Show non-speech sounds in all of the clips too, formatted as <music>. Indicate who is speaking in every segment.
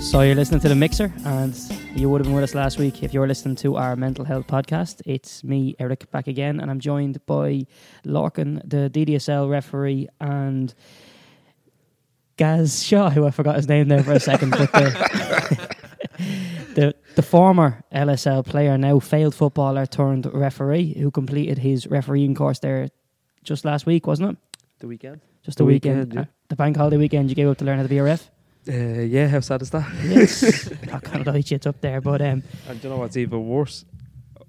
Speaker 1: So you're listening to The Mixer, and you would have been with us last week if you were listening to our mental health podcast. It's me, Eric, back again, and I'm joined by Larkin, the DDSL referee, and Gaz Shaw, who I forgot his name there for a second, but the, <laughs> the, the former LSL player, now failed footballer turned referee, who completed his refereeing course there just last week, wasn't it?
Speaker 2: The weekend.
Speaker 1: Just
Speaker 2: The
Speaker 1: the, weekend,
Speaker 2: weekend, yeah.
Speaker 1: uh, the bank holiday weekend you gave up to learn how to be a ref. <laughs>
Speaker 2: Uh, yeah, how sad is that? <laughs>
Speaker 1: Yes, I can't lie, it's up there, but um,
Speaker 2: And do you know what's even worse?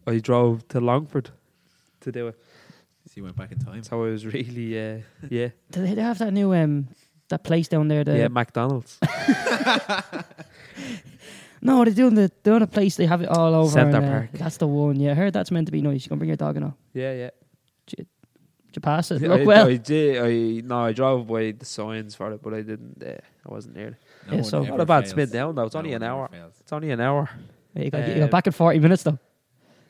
Speaker 2: I drove to Longford to do it.
Speaker 3: So you went back in time.
Speaker 2: So I was really, uh, yeah,
Speaker 1: Do they they have that new um that place down there? The,
Speaker 2: <laughs> yeah, McDonald's.
Speaker 1: No, they're doing the they're doing a place. They have it all over.
Speaker 2: Centre
Speaker 1: and, uh,
Speaker 2: Park.
Speaker 1: that's the one. Yeah, I heard that's meant to be nice. You can bring your dog and all.
Speaker 2: yeah, <laughs> yeah.
Speaker 1: Did you pass it?
Speaker 2: Yeah,
Speaker 1: Look
Speaker 2: <laughs> I,
Speaker 1: well.
Speaker 2: I did. I no, I drove by the signs for it, but I didn't. Uh, I wasn't there.
Speaker 3: No
Speaker 1: Yeah,
Speaker 3: one
Speaker 1: so-
Speaker 3: ever
Speaker 2: Not a bad
Speaker 3: fails.
Speaker 2: spin down though. It's only
Speaker 3: No
Speaker 2: an
Speaker 3: one ever
Speaker 2: hour.
Speaker 3: fails.
Speaker 2: It's only an hour.
Speaker 1: you, got, you got
Speaker 2: Um,
Speaker 1: back in forty minutes though,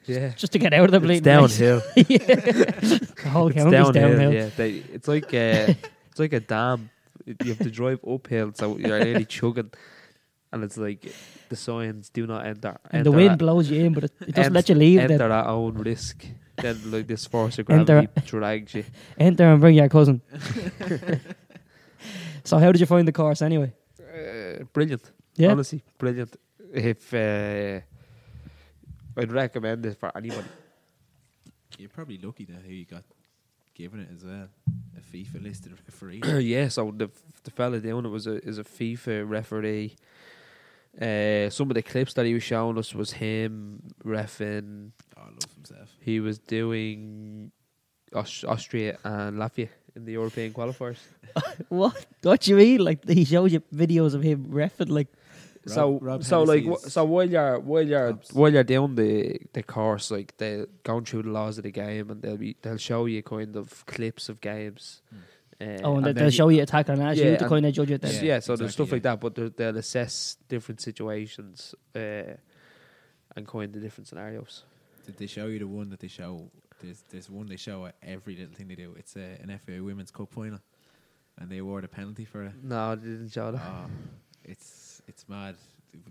Speaker 2: Yeah.
Speaker 1: just to get out of the
Speaker 2: It's
Speaker 1: bleeding. place.
Speaker 2: downhill.
Speaker 1: <laughs> Yeah. the whole
Speaker 2: it's
Speaker 1: county's downhill.
Speaker 2: downhill. Yeah, they, it's like uh, it's like a dam. It- You have to drive uphill, so you're really chugging, and it's like the signs do not enter.
Speaker 1: And the
Speaker 2: enter
Speaker 1: wind
Speaker 2: at-
Speaker 1: blows you in, but it, it doesn't
Speaker 2: Ent-
Speaker 1: let you leave.
Speaker 2: enter
Speaker 1: Enter.
Speaker 2: at own risk. Then like this force of
Speaker 1: Enter-
Speaker 2: gravity drags you.
Speaker 1: Enter and bring your
Speaker 2: <laughs>
Speaker 1: cousin. so how did you find the course anyway?
Speaker 2: Uh, brilliant,
Speaker 1: Yeah,
Speaker 2: honestly, brilliant. If uh, I'd recommend it for
Speaker 1: <coughs>
Speaker 2: anybody. <coughs>
Speaker 3: You're probably lucky that who you got given it as well. A FIFA listed
Speaker 2: <coughs>
Speaker 3: referee.
Speaker 2: yeah, so the the fella doing it was a is a FIFA referee. Uh, some of the clips that he was showing us was him refing.
Speaker 3: oh, loves himself.
Speaker 2: He was doing Aus- Austria and Latvia in the European qualifiers.
Speaker 1: what? What you mean? Like he showed you videos of him refing like
Speaker 3: Rob-
Speaker 2: so
Speaker 3: Rob
Speaker 2: so like
Speaker 3: Hennessy
Speaker 2: wh-
Speaker 3: is
Speaker 2: so while you're while you're
Speaker 3: tops.
Speaker 2: while you're down the the course like they're going through the laws of the game and they'll be they'll show you kind of clips of games.
Speaker 3: Mm.
Speaker 2: Uh,
Speaker 1: Oh, and,
Speaker 2: then
Speaker 1: they, will
Speaker 2: you-
Speaker 1: show you a tackle and ask you
Speaker 2: Yeah,
Speaker 1: to
Speaker 2: and-
Speaker 1: kind of judge it then.
Speaker 2: yeah,
Speaker 3: Yeah,
Speaker 2: so there's
Speaker 3: exactly,
Speaker 2: stuff like that, but they'll, they'll assess different situations uh, and coin the different scenarios.
Speaker 3: Did they show you the one that they show? There's there's one they show at every little thing they do. It's uh, an FA Women's Cup final, and they award a penalty
Speaker 2: <sighs>
Speaker 3: for it.
Speaker 2: No, they didn't show that.
Speaker 3: Oh, it's it's mad.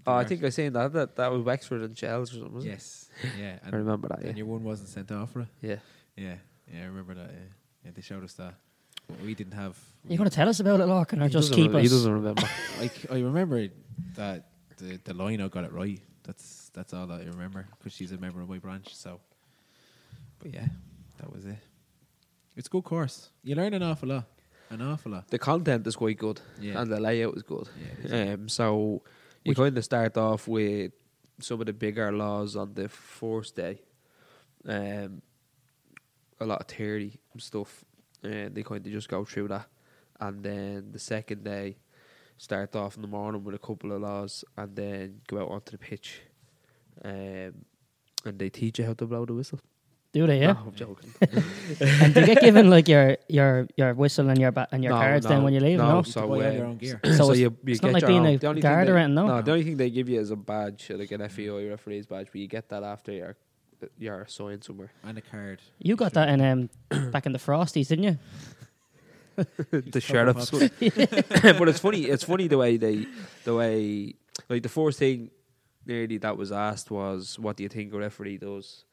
Speaker 2: Oh, I think I seen that. That that was Wexford and Chelsea or something. Wasn't
Speaker 3: yes, yeah,
Speaker 2: it?
Speaker 3: and,
Speaker 2: I remember that.
Speaker 3: and
Speaker 2: Yeah,
Speaker 3: your one wasn't sent off for it.
Speaker 2: yeah.
Speaker 3: Yeah, yeah, I remember that. Yeah, yeah they showed us that, but we didn't have.
Speaker 1: You're going to tell us about it, Larkin, or
Speaker 2: He
Speaker 1: just
Speaker 2: doesn't
Speaker 1: keep
Speaker 2: re-
Speaker 1: us?
Speaker 2: He doesn't remember. <laughs>
Speaker 3: like I remember that the the lino got it right. That's that's all that I remember because she's a member of my branch. So, but yeah, that was it. It's a good course. You learn an awful lot, an awful lot.
Speaker 2: the content is quite good,
Speaker 3: Yeah,
Speaker 2: and the layout is good.
Speaker 3: yeah, it is.
Speaker 2: Um, so you kind of start off with some of the bigger laws on the first day. Um, a lot of theory and stuff, and they kind of just go through that, and then the second day start off in the morning with a couple of laws, and then go out onto the pitch, um, and they teach you how to blow the whistle.
Speaker 1: Do they? Yeah.
Speaker 2: No, I'm joking.
Speaker 1: <laughs> and do you get given like your your your whistle and your ba- and your
Speaker 2: No,
Speaker 1: cards
Speaker 2: no,
Speaker 1: then when you leave?
Speaker 2: no.
Speaker 1: No.
Speaker 2: So,
Speaker 3: you buy all your
Speaker 2: um,
Speaker 3: own gear.
Speaker 1: <clears throat> So
Speaker 2: So,
Speaker 1: it's-
Speaker 2: you, you
Speaker 1: it's
Speaker 2: get
Speaker 1: not like
Speaker 2: your
Speaker 1: being
Speaker 2: own.
Speaker 1: a
Speaker 2: The only
Speaker 1: guard
Speaker 2: thing
Speaker 1: or
Speaker 2: they,
Speaker 1: anything, no?
Speaker 2: the only thing they give you is a badge, like an FEO referee's badge, but you get that after you're you're assigned somewhere.
Speaker 3: And a card.
Speaker 1: You got that in
Speaker 2: <clears throat>
Speaker 1: um back in the frosties, didn't you?
Speaker 2: <laughs> the
Speaker 3: sheriff's.
Speaker 2: sheriff's. but it's funny. It's funny the way they, the way like the first thing nearly that was asked was, "What do you think a referee does?"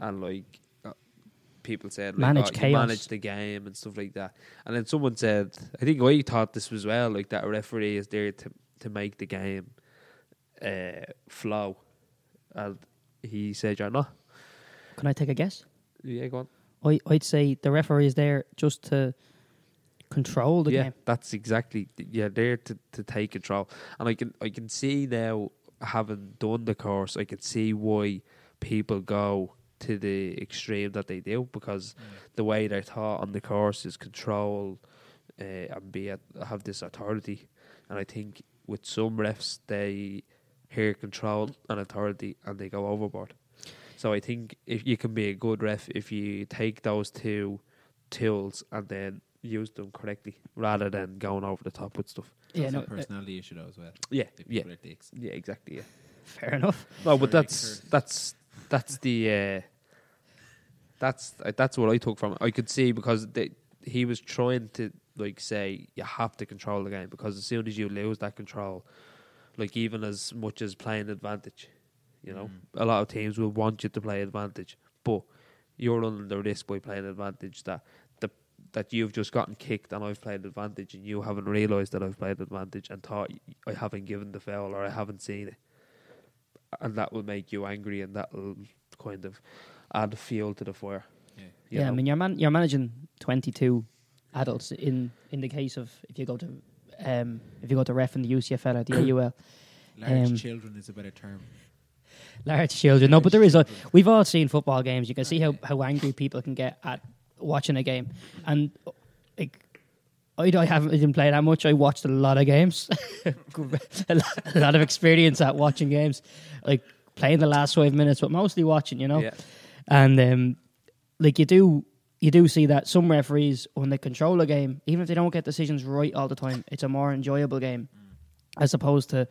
Speaker 2: And like uh, people said, like,
Speaker 1: Manage
Speaker 2: "Oh, you
Speaker 1: chaos."
Speaker 2: manage the game and stuff like that. And then someone said, "I think I thought this was well, like that a referee is there to to make the game uh, flow." And he said, "You're not."
Speaker 1: Can I take a guess?
Speaker 2: Yeah, go on.
Speaker 1: I I'd say the referee is there just to control the
Speaker 2: yeah,
Speaker 1: game.
Speaker 2: that's exactly. You're there to, to take control, and I can I can see now, having done the course, I can see why people go to the extreme that they do because the way they're taught on the course is control, uh, and be at, have this authority, and I think with some refs they hear control and authority and they go overboard. So I think if you can be a good ref if you take those two tools and then use them correctly rather than going over the top with stuff.
Speaker 1: Yeah, no, uh,
Speaker 3: personality issue though as well.
Speaker 2: Yeah,
Speaker 3: If
Speaker 2: yeah,
Speaker 3: people are dicks.
Speaker 2: yeah, exactly. Yeah.
Speaker 1: fair enough.
Speaker 2: No, but
Speaker 3: Very
Speaker 2: that's
Speaker 3: curved.
Speaker 2: that's that's the uh, that's uh, that's what I took from it. I could see because they, he was trying to like say you have to control the game because as soon as you lose that control, like even as much as playing advantage. You know, a lot of teams will want you to play advantage, but you're running the risk by playing advantage that the that you've just gotten kicked and I've played advantage and you haven't realised that I've played advantage and thought I haven't given the foul or I haven't seen it, and that will make you angry and that will kind of add fuel to the fire.
Speaker 3: Yeah.
Speaker 2: you
Speaker 1: yeah, I
Speaker 2: know?
Speaker 1: mean, you're man- you're managing 22 adults in in the case of if you go to um, if you go to ref in the UCFL
Speaker 2: <clears throat>
Speaker 1: or the AUL,
Speaker 3: Large
Speaker 1: Um,
Speaker 3: children is a better term.
Speaker 1: large children. No, but there is a. We've all seen football games. You can see how how angry people can get at watching a game, and like. I, I haven't didn't play that much. I watched a lot of games, <laughs> a, lot, a lot of experience at watching games, like playing the last five minutes, but mostly watching. You know,
Speaker 2: Yeah.
Speaker 1: and um, like you do, you do see that some referees, when they control a game, even if they don't get decisions right all the time, it's a more enjoyable game as opposed to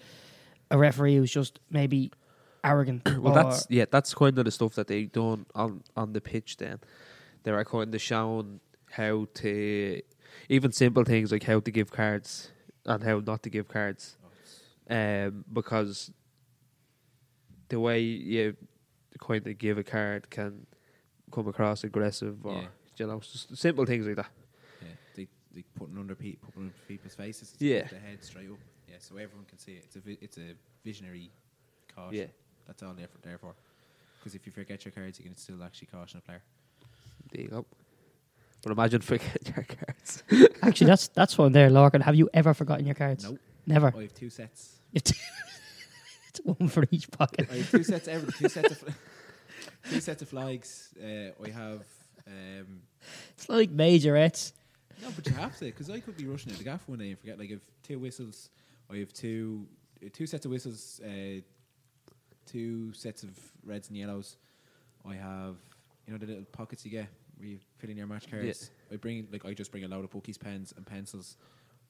Speaker 1: a referee who's just maybe arrogant.
Speaker 2: <clears throat> Well,
Speaker 1: or-
Speaker 2: that's <laughs> yeah, that's kind of the stuff that they done on on the pitch. Then they are kind of showing how to even simple things like how to give cards and how not to give cards, um, because the way you kind of give a card can come across aggressive or
Speaker 3: Yeah.
Speaker 2: you know s- simple things like that.
Speaker 3: Yeah, they they putting under pe- putting under people's faces. It's
Speaker 2: Yeah.
Speaker 3: the head straight up. Yeah, so everyone can see it. It's a vi- it's a visionary caution.
Speaker 2: Yeah.
Speaker 3: that's all they're for, there for. Because if you forget your cards, you can still actually caution a player.
Speaker 2: There you go. But imagine forget <laughs> your cards.
Speaker 1: <laughs> actually that's that's one there, Larkin. Have you ever forgotten your cards?
Speaker 3: Nope.
Speaker 1: never.
Speaker 3: I have two sets.
Speaker 1: it's one for each pocket.
Speaker 2: <laughs>
Speaker 3: I have two sets. Every two sets of <laughs> fl- two sets of flags. Uh, I have. Um,
Speaker 1: It's like majorettes.
Speaker 3: no, but you have to because I could be rushing at the gaff one day and forget. Like, I have two whistles. I have two uh, two sets of whistles. Uh, two sets of reds and yellows. I have you know the little pockets you get where you fill in your match cards. I bring like I just bring a load of bookies, pens and pencils.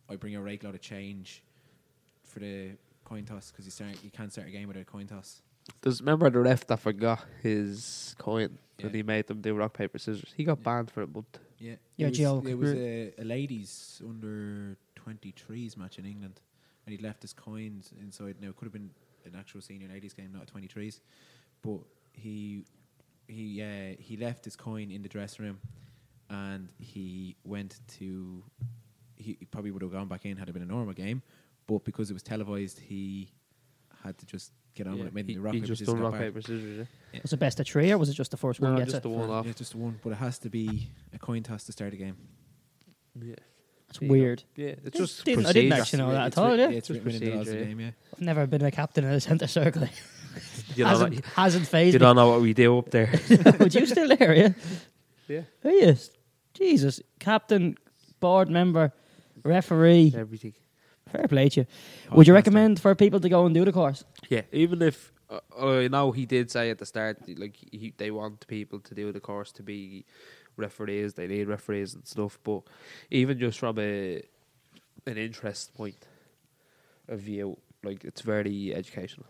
Speaker 3: I bring a rake load of change for the coin toss because you start you can't start a game without a coin toss.
Speaker 2: Does remember the ref that forgot his coin when
Speaker 3: Yeah.
Speaker 2: he made them do rock paper scissors? He got
Speaker 3: Yeah.
Speaker 2: banned for a month.
Speaker 3: Yeah,
Speaker 1: Your
Speaker 3: it was,
Speaker 1: joke.
Speaker 3: It was a, a ladies under 23s match in England, and he'd left his coins inside. Now it could have been an actual senior ladies game, not a 23s, but he he uh, he left his coin in the dressing room, and he went to he he probably would have gone back in had it been a normal game, but because it was televised, he had to just get on with it. Made
Speaker 2: he,
Speaker 3: the rock
Speaker 2: he
Speaker 3: paper
Speaker 2: just
Speaker 3: scissors
Speaker 2: done
Speaker 3: got
Speaker 2: rock
Speaker 3: back.
Speaker 2: paper scissors. Yeah?
Speaker 1: Was it best of three or was it just the first one?
Speaker 2: No,
Speaker 1: gets
Speaker 2: just
Speaker 1: it?
Speaker 2: the one off.
Speaker 3: Yeah, just one, but it has to be a coin toss to start a game.
Speaker 2: Yeah,
Speaker 1: It's
Speaker 2: There you go.
Speaker 1: weird.
Speaker 2: yeah. It's
Speaker 1: I
Speaker 2: just
Speaker 1: didn't- I
Speaker 2: procedure.
Speaker 1: didn't actually know that at
Speaker 3: it's
Speaker 1: all.
Speaker 3: writ-
Speaker 1: yeah.
Speaker 3: It's
Speaker 2: Just
Speaker 3: written in the laws of
Speaker 2: procedure,
Speaker 3: the
Speaker 2: yeah.
Speaker 3: game, yeah.
Speaker 1: I've never been a captain in a centre circle.
Speaker 2: You,
Speaker 1: <laughs>
Speaker 2: don't
Speaker 1: hasn't
Speaker 2: know,
Speaker 1: hasn't
Speaker 2: you
Speaker 1: phased me.
Speaker 2: don't know what we do up
Speaker 3: <laughs>
Speaker 2: there.
Speaker 1: <laughs> Would you still there? Yeah.
Speaker 2: yeah,
Speaker 1: Who is? Jesus. Captain, board member, referee.
Speaker 2: everything.
Speaker 1: Fair play to you.
Speaker 2: Oh,
Speaker 1: Would
Speaker 3: Podcaster.
Speaker 1: you recommend for people to go and do the course?
Speaker 2: Yeah, even if uh, I know he did say at the start, like he, they want people to do the course to be referees, they need referees and stuff. But even just from a an interest point of view, like it's very educational.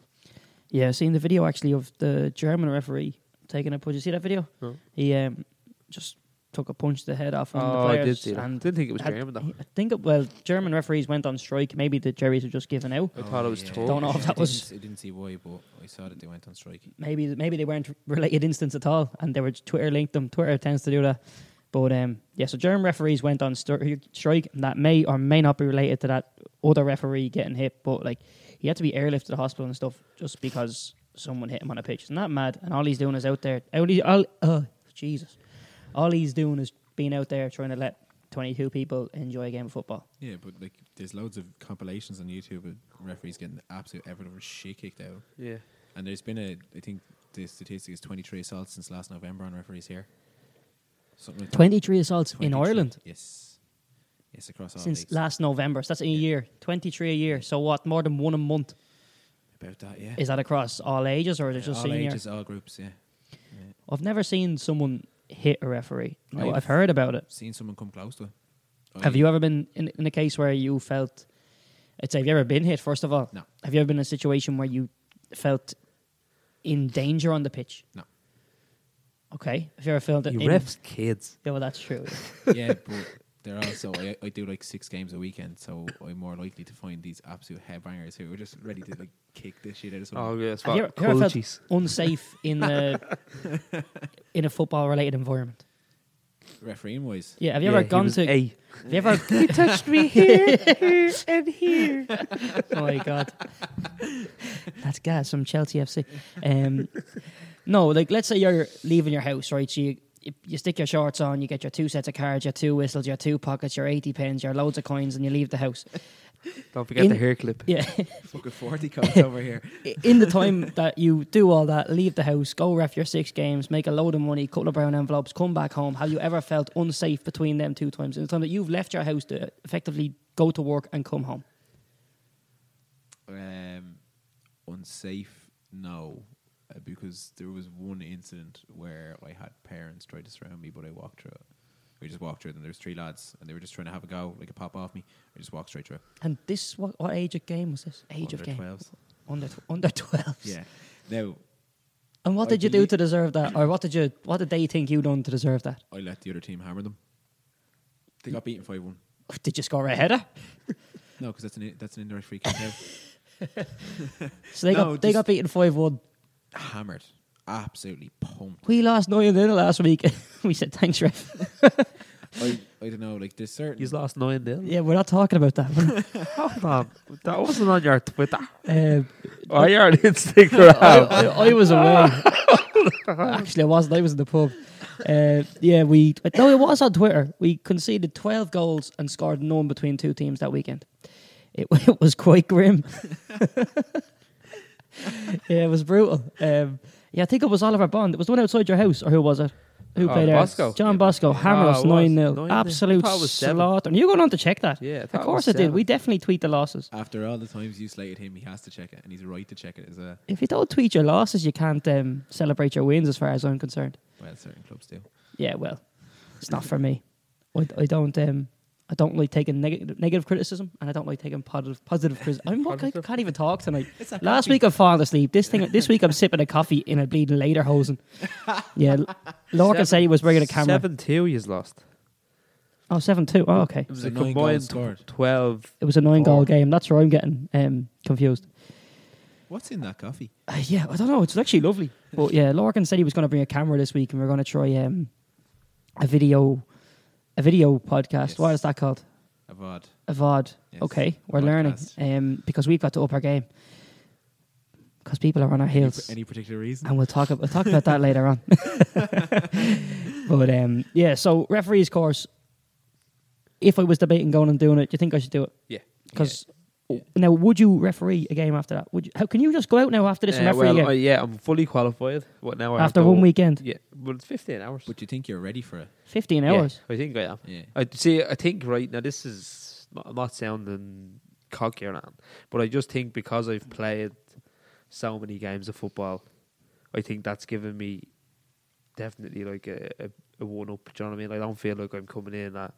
Speaker 1: Yeah, I've seen the video actually of the German referee taking a punch. You see that video?
Speaker 2: No.
Speaker 1: He um, just took a punch to the head off one of
Speaker 2: Oh,
Speaker 1: the players.
Speaker 2: I did see that.
Speaker 1: And
Speaker 2: Didn't think it was
Speaker 1: had-
Speaker 2: German though.
Speaker 1: I think, it, well, German referees went on strike. Maybe the Jerry's were just given out.
Speaker 2: I thought it was Turkish.
Speaker 1: Don't know if that
Speaker 3: I Oh, didn't-
Speaker 1: was-
Speaker 3: I didn't see why, but I saw that they went on strike.
Speaker 1: Maybe maybe they weren't <laughs> related incidents at all, and they were just Twitter linked them. Twitter tends to do that. But um, yeah, so German referees went on stir- strike, and that may or may not be related to that other referee getting hit. But like, he had to be airlifted to the hospital and stuff just because someone hit him on a pitch. Isn't that mad? And all he's doing is out there. All he, all, oh, Jesus! All he's doing is being out there trying to let twenty-two people enjoy a game of football.
Speaker 3: Yeah, but like, there's loads of compilations on YouTube of referees getting the absolute ever shit kicked out.
Speaker 2: Yeah.
Speaker 3: And there's been a, I think the statistic is 23 assaults since last November on referees here. Something like that.
Speaker 1: Twenty-three assaults in
Speaker 3: 23.
Speaker 1: Ireland
Speaker 3: Yes. Yes, across all
Speaker 1: since
Speaker 3: leagues.
Speaker 1: last November. So that's in a year. Twenty-three a year. So what? More than one a month.
Speaker 3: About that, yeah.
Speaker 1: Is that across all ages or is it just
Speaker 3: all
Speaker 1: senior?
Speaker 3: ages, all groups, yeah. yeah.
Speaker 1: I've never seen someone hit a referee. No,
Speaker 3: I've-
Speaker 1: I've heard about it.
Speaker 3: Seen someone come close to it. Oh,
Speaker 1: Have you ever been in, in a case where you felt? I'd say, have you ever been hit? First of all,
Speaker 3: No.
Speaker 1: Have you ever been in a situation where you felt in danger on the pitch?
Speaker 3: No.
Speaker 1: Okay. Have you ever felt it?
Speaker 2: You
Speaker 1: in-
Speaker 2: refs kids.
Speaker 1: Yeah, well, that's true.
Speaker 3: yeah, but they're also I, I do like six games a weekend, so I'm more likely to find these absolute headbangers who are just ready to like kick this shit out of
Speaker 2: Oh
Speaker 3: someone.
Speaker 2: yeah, it's
Speaker 1: Have you
Speaker 2: what-
Speaker 1: ever- have you ever
Speaker 2: Culchies.
Speaker 1: Unsafe in
Speaker 2: <laughs>
Speaker 1: a in a football related environment. <laughs>
Speaker 3: Refereeing wise,
Speaker 1: Yeah, have you
Speaker 2: Yeah,
Speaker 1: ever
Speaker 2: he
Speaker 1: gone
Speaker 2: was
Speaker 1: to?
Speaker 2: A.
Speaker 1: Have you ever? he touched me here, here, and here. oh my god, that's gas from Chelsea FC. Um, no, like let's say you're leaving your house, right? So you you- you stick your shorts on, you get your two sets of cards, your two whistles, your two pockets, your eighty pence, your loads of coins, and you leave the house.
Speaker 2: Don't forget
Speaker 1: In-
Speaker 2: the hair clip.
Speaker 1: Yeah,
Speaker 3: fucking forty comes over here.
Speaker 1: in the
Speaker 3: <laughs>
Speaker 1: time that you do all that, leave the house, go ref your six games, make a load of money, couple of brown envelopes, come back home. Have you ever felt unsafe between them two times? In the time that you've left your house to effectively go to work and come home.
Speaker 3: Um, unsafe? No, uh, because there was one incident where I had parents try to surround me, but I walked through it. We just walked through, it and there was three lads, and they were just trying to have a go, like a pop off me. I just walked straight through.
Speaker 1: And this what, what age of game was this? Age of
Speaker 3: Under
Speaker 1: game
Speaker 3: 12s.
Speaker 1: under tw- under twelve.
Speaker 3: Yeah. Now
Speaker 1: And what
Speaker 3: I
Speaker 1: did you do
Speaker 3: believe-
Speaker 1: to deserve that, or what did you what did they think you done to deserve that?
Speaker 3: I let the other team hammer them. They got beaten five one.
Speaker 1: Did you score a header?
Speaker 3: No, because that's an i- that's an indirect free kick. Now.
Speaker 1: So they
Speaker 3: No,
Speaker 1: got they
Speaker 3: just-
Speaker 1: got beaten five one.
Speaker 3: hammered, absolutely pumped.
Speaker 1: We lost nine 0 last week. <laughs> we said thanks, ref.
Speaker 3: I, I don't know, like there's certain.
Speaker 2: He's lost nine 0
Speaker 1: yeah, we're not talking about that. <laughs>
Speaker 2: Hold on, Oh, that wasn't on your Twitter.
Speaker 1: um,
Speaker 2: Oh, you're
Speaker 1: <laughs>
Speaker 2: on Instagram.
Speaker 1: I, I, I was away. Actually, I wasn't. I was in the pub. Uh, yeah, we. No, it was on Twitter. We conceded 12 goals and scored none between two teams that weekend. It, <laughs> it was quite grim. <laughs> yeah, it was brutal. Um, yeah, I think it was Oliver Bond. It was the one outside your house, or who was it? Who
Speaker 2: Oh,
Speaker 1: played there?
Speaker 2: Bosco.
Speaker 1: John Bosco. Hammer
Speaker 2: Oh, it
Speaker 1: us
Speaker 2: was.
Speaker 1: 9 0.
Speaker 2: 9-0.
Speaker 1: Absolute
Speaker 2: I thought it was seven.
Speaker 1: slaughter. And you going on to check that?
Speaker 2: <laughs> Yeah, I thought
Speaker 1: of
Speaker 2: it
Speaker 1: course I
Speaker 2: was
Speaker 1: did.
Speaker 2: seven.
Speaker 1: We definitely tweet the losses.
Speaker 3: After all the times you slated him, he has to check it, and he's right to check it as a
Speaker 1: If you don't tweet your losses, you can't um, celebrate your wins, as far as I'm concerned.
Speaker 3: well. Certain clubs do.
Speaker 1: Yeah, well, it's not for me. I, I don't um I don't like taking neg- negative criticism, and I don't like taking positive positive criticism. I'm I
Speaker 2: Positive.
Speaker 1: can't even talk tonight. Last week I fallen asleep. This thing this week I'm sipping a coffee in a bleeding lederhosen.
Speaker 2: <laughs>
Speaker 1: Yeah, L- Lorcan
Speaker 2: Seven-
Speaker 1: said he was bringing a camera.
Speaker 2: Seven two. He's lost.
Speaker 1: Oh, seven two. Oh, okay.
Speaker 2: It was
Speaker 3: So
Speaker 2: a
Speaker 3: nine goals
Speaker 2: combined
Speaker 3: scored.
Speaker 2: tw- twelve.
Speaker 1: It was a nine goal
Speaker 2: Four.
Speaker 1: game. That's where I'm getting um confused.
Speaker 3: What's in that coffee?
Speaker 1: Uh, yeah, I don't know. It's actually lovely. But yeah, Lorcan said he was going to bring a camera this week, and we are going to try um a video a video podcast.
Speaker 3: Yes.
Speaker 1: What is that called?
Speaker 3: A vod.
Speaker 1: Avod.
Speaker 3: Yes,
Speaker 1: Okay,
Speaker 3: a
Speaker 1: we're learning
Speaker 3: podcast.
Speaker 1: um, because we've got to up our game because people are on our
Speaker 3: Any,
Speaker 1: heels,
Speaker 3: any particular reason?
Speaker 1: and we'll talk about talk about
Speaker 2: <laughs>
Speaker 1: that later on. but um, yeah, so referees course. If I was debating going and doing it, do you think I should do it?
Speaker 2: Yeah.
Speaker 1: Because now, would you referee a game after that? Would you, how can you just go out now after this and
Speaker 2: Uh,
Speaker 1: referee a
Speaker 2: well,
Speaker 1: game?
Speaker 2: I, yeah, I'm fully qualified. What now? I have
Speaker 1: after
Speaker 2: to-
Speaker 1: one weekend,
Speaker 2: Yeah, but it's 15 hours.
Speaker 3: But you think you're ready for it?
Speaker 1: fifteen
Speaker 2: Yeah,
Speaker 1: hours.
Speaker 2: I think I am.
Speaker 3: Yeah.
Speaker 2: I see. I think right now this is not, I'm not sounding cocky or anything, but I just think because I've played so many games of football, I think that's given me definitely like a, a, a one up. Do you know what I mean? I don't feel like I'm coming in at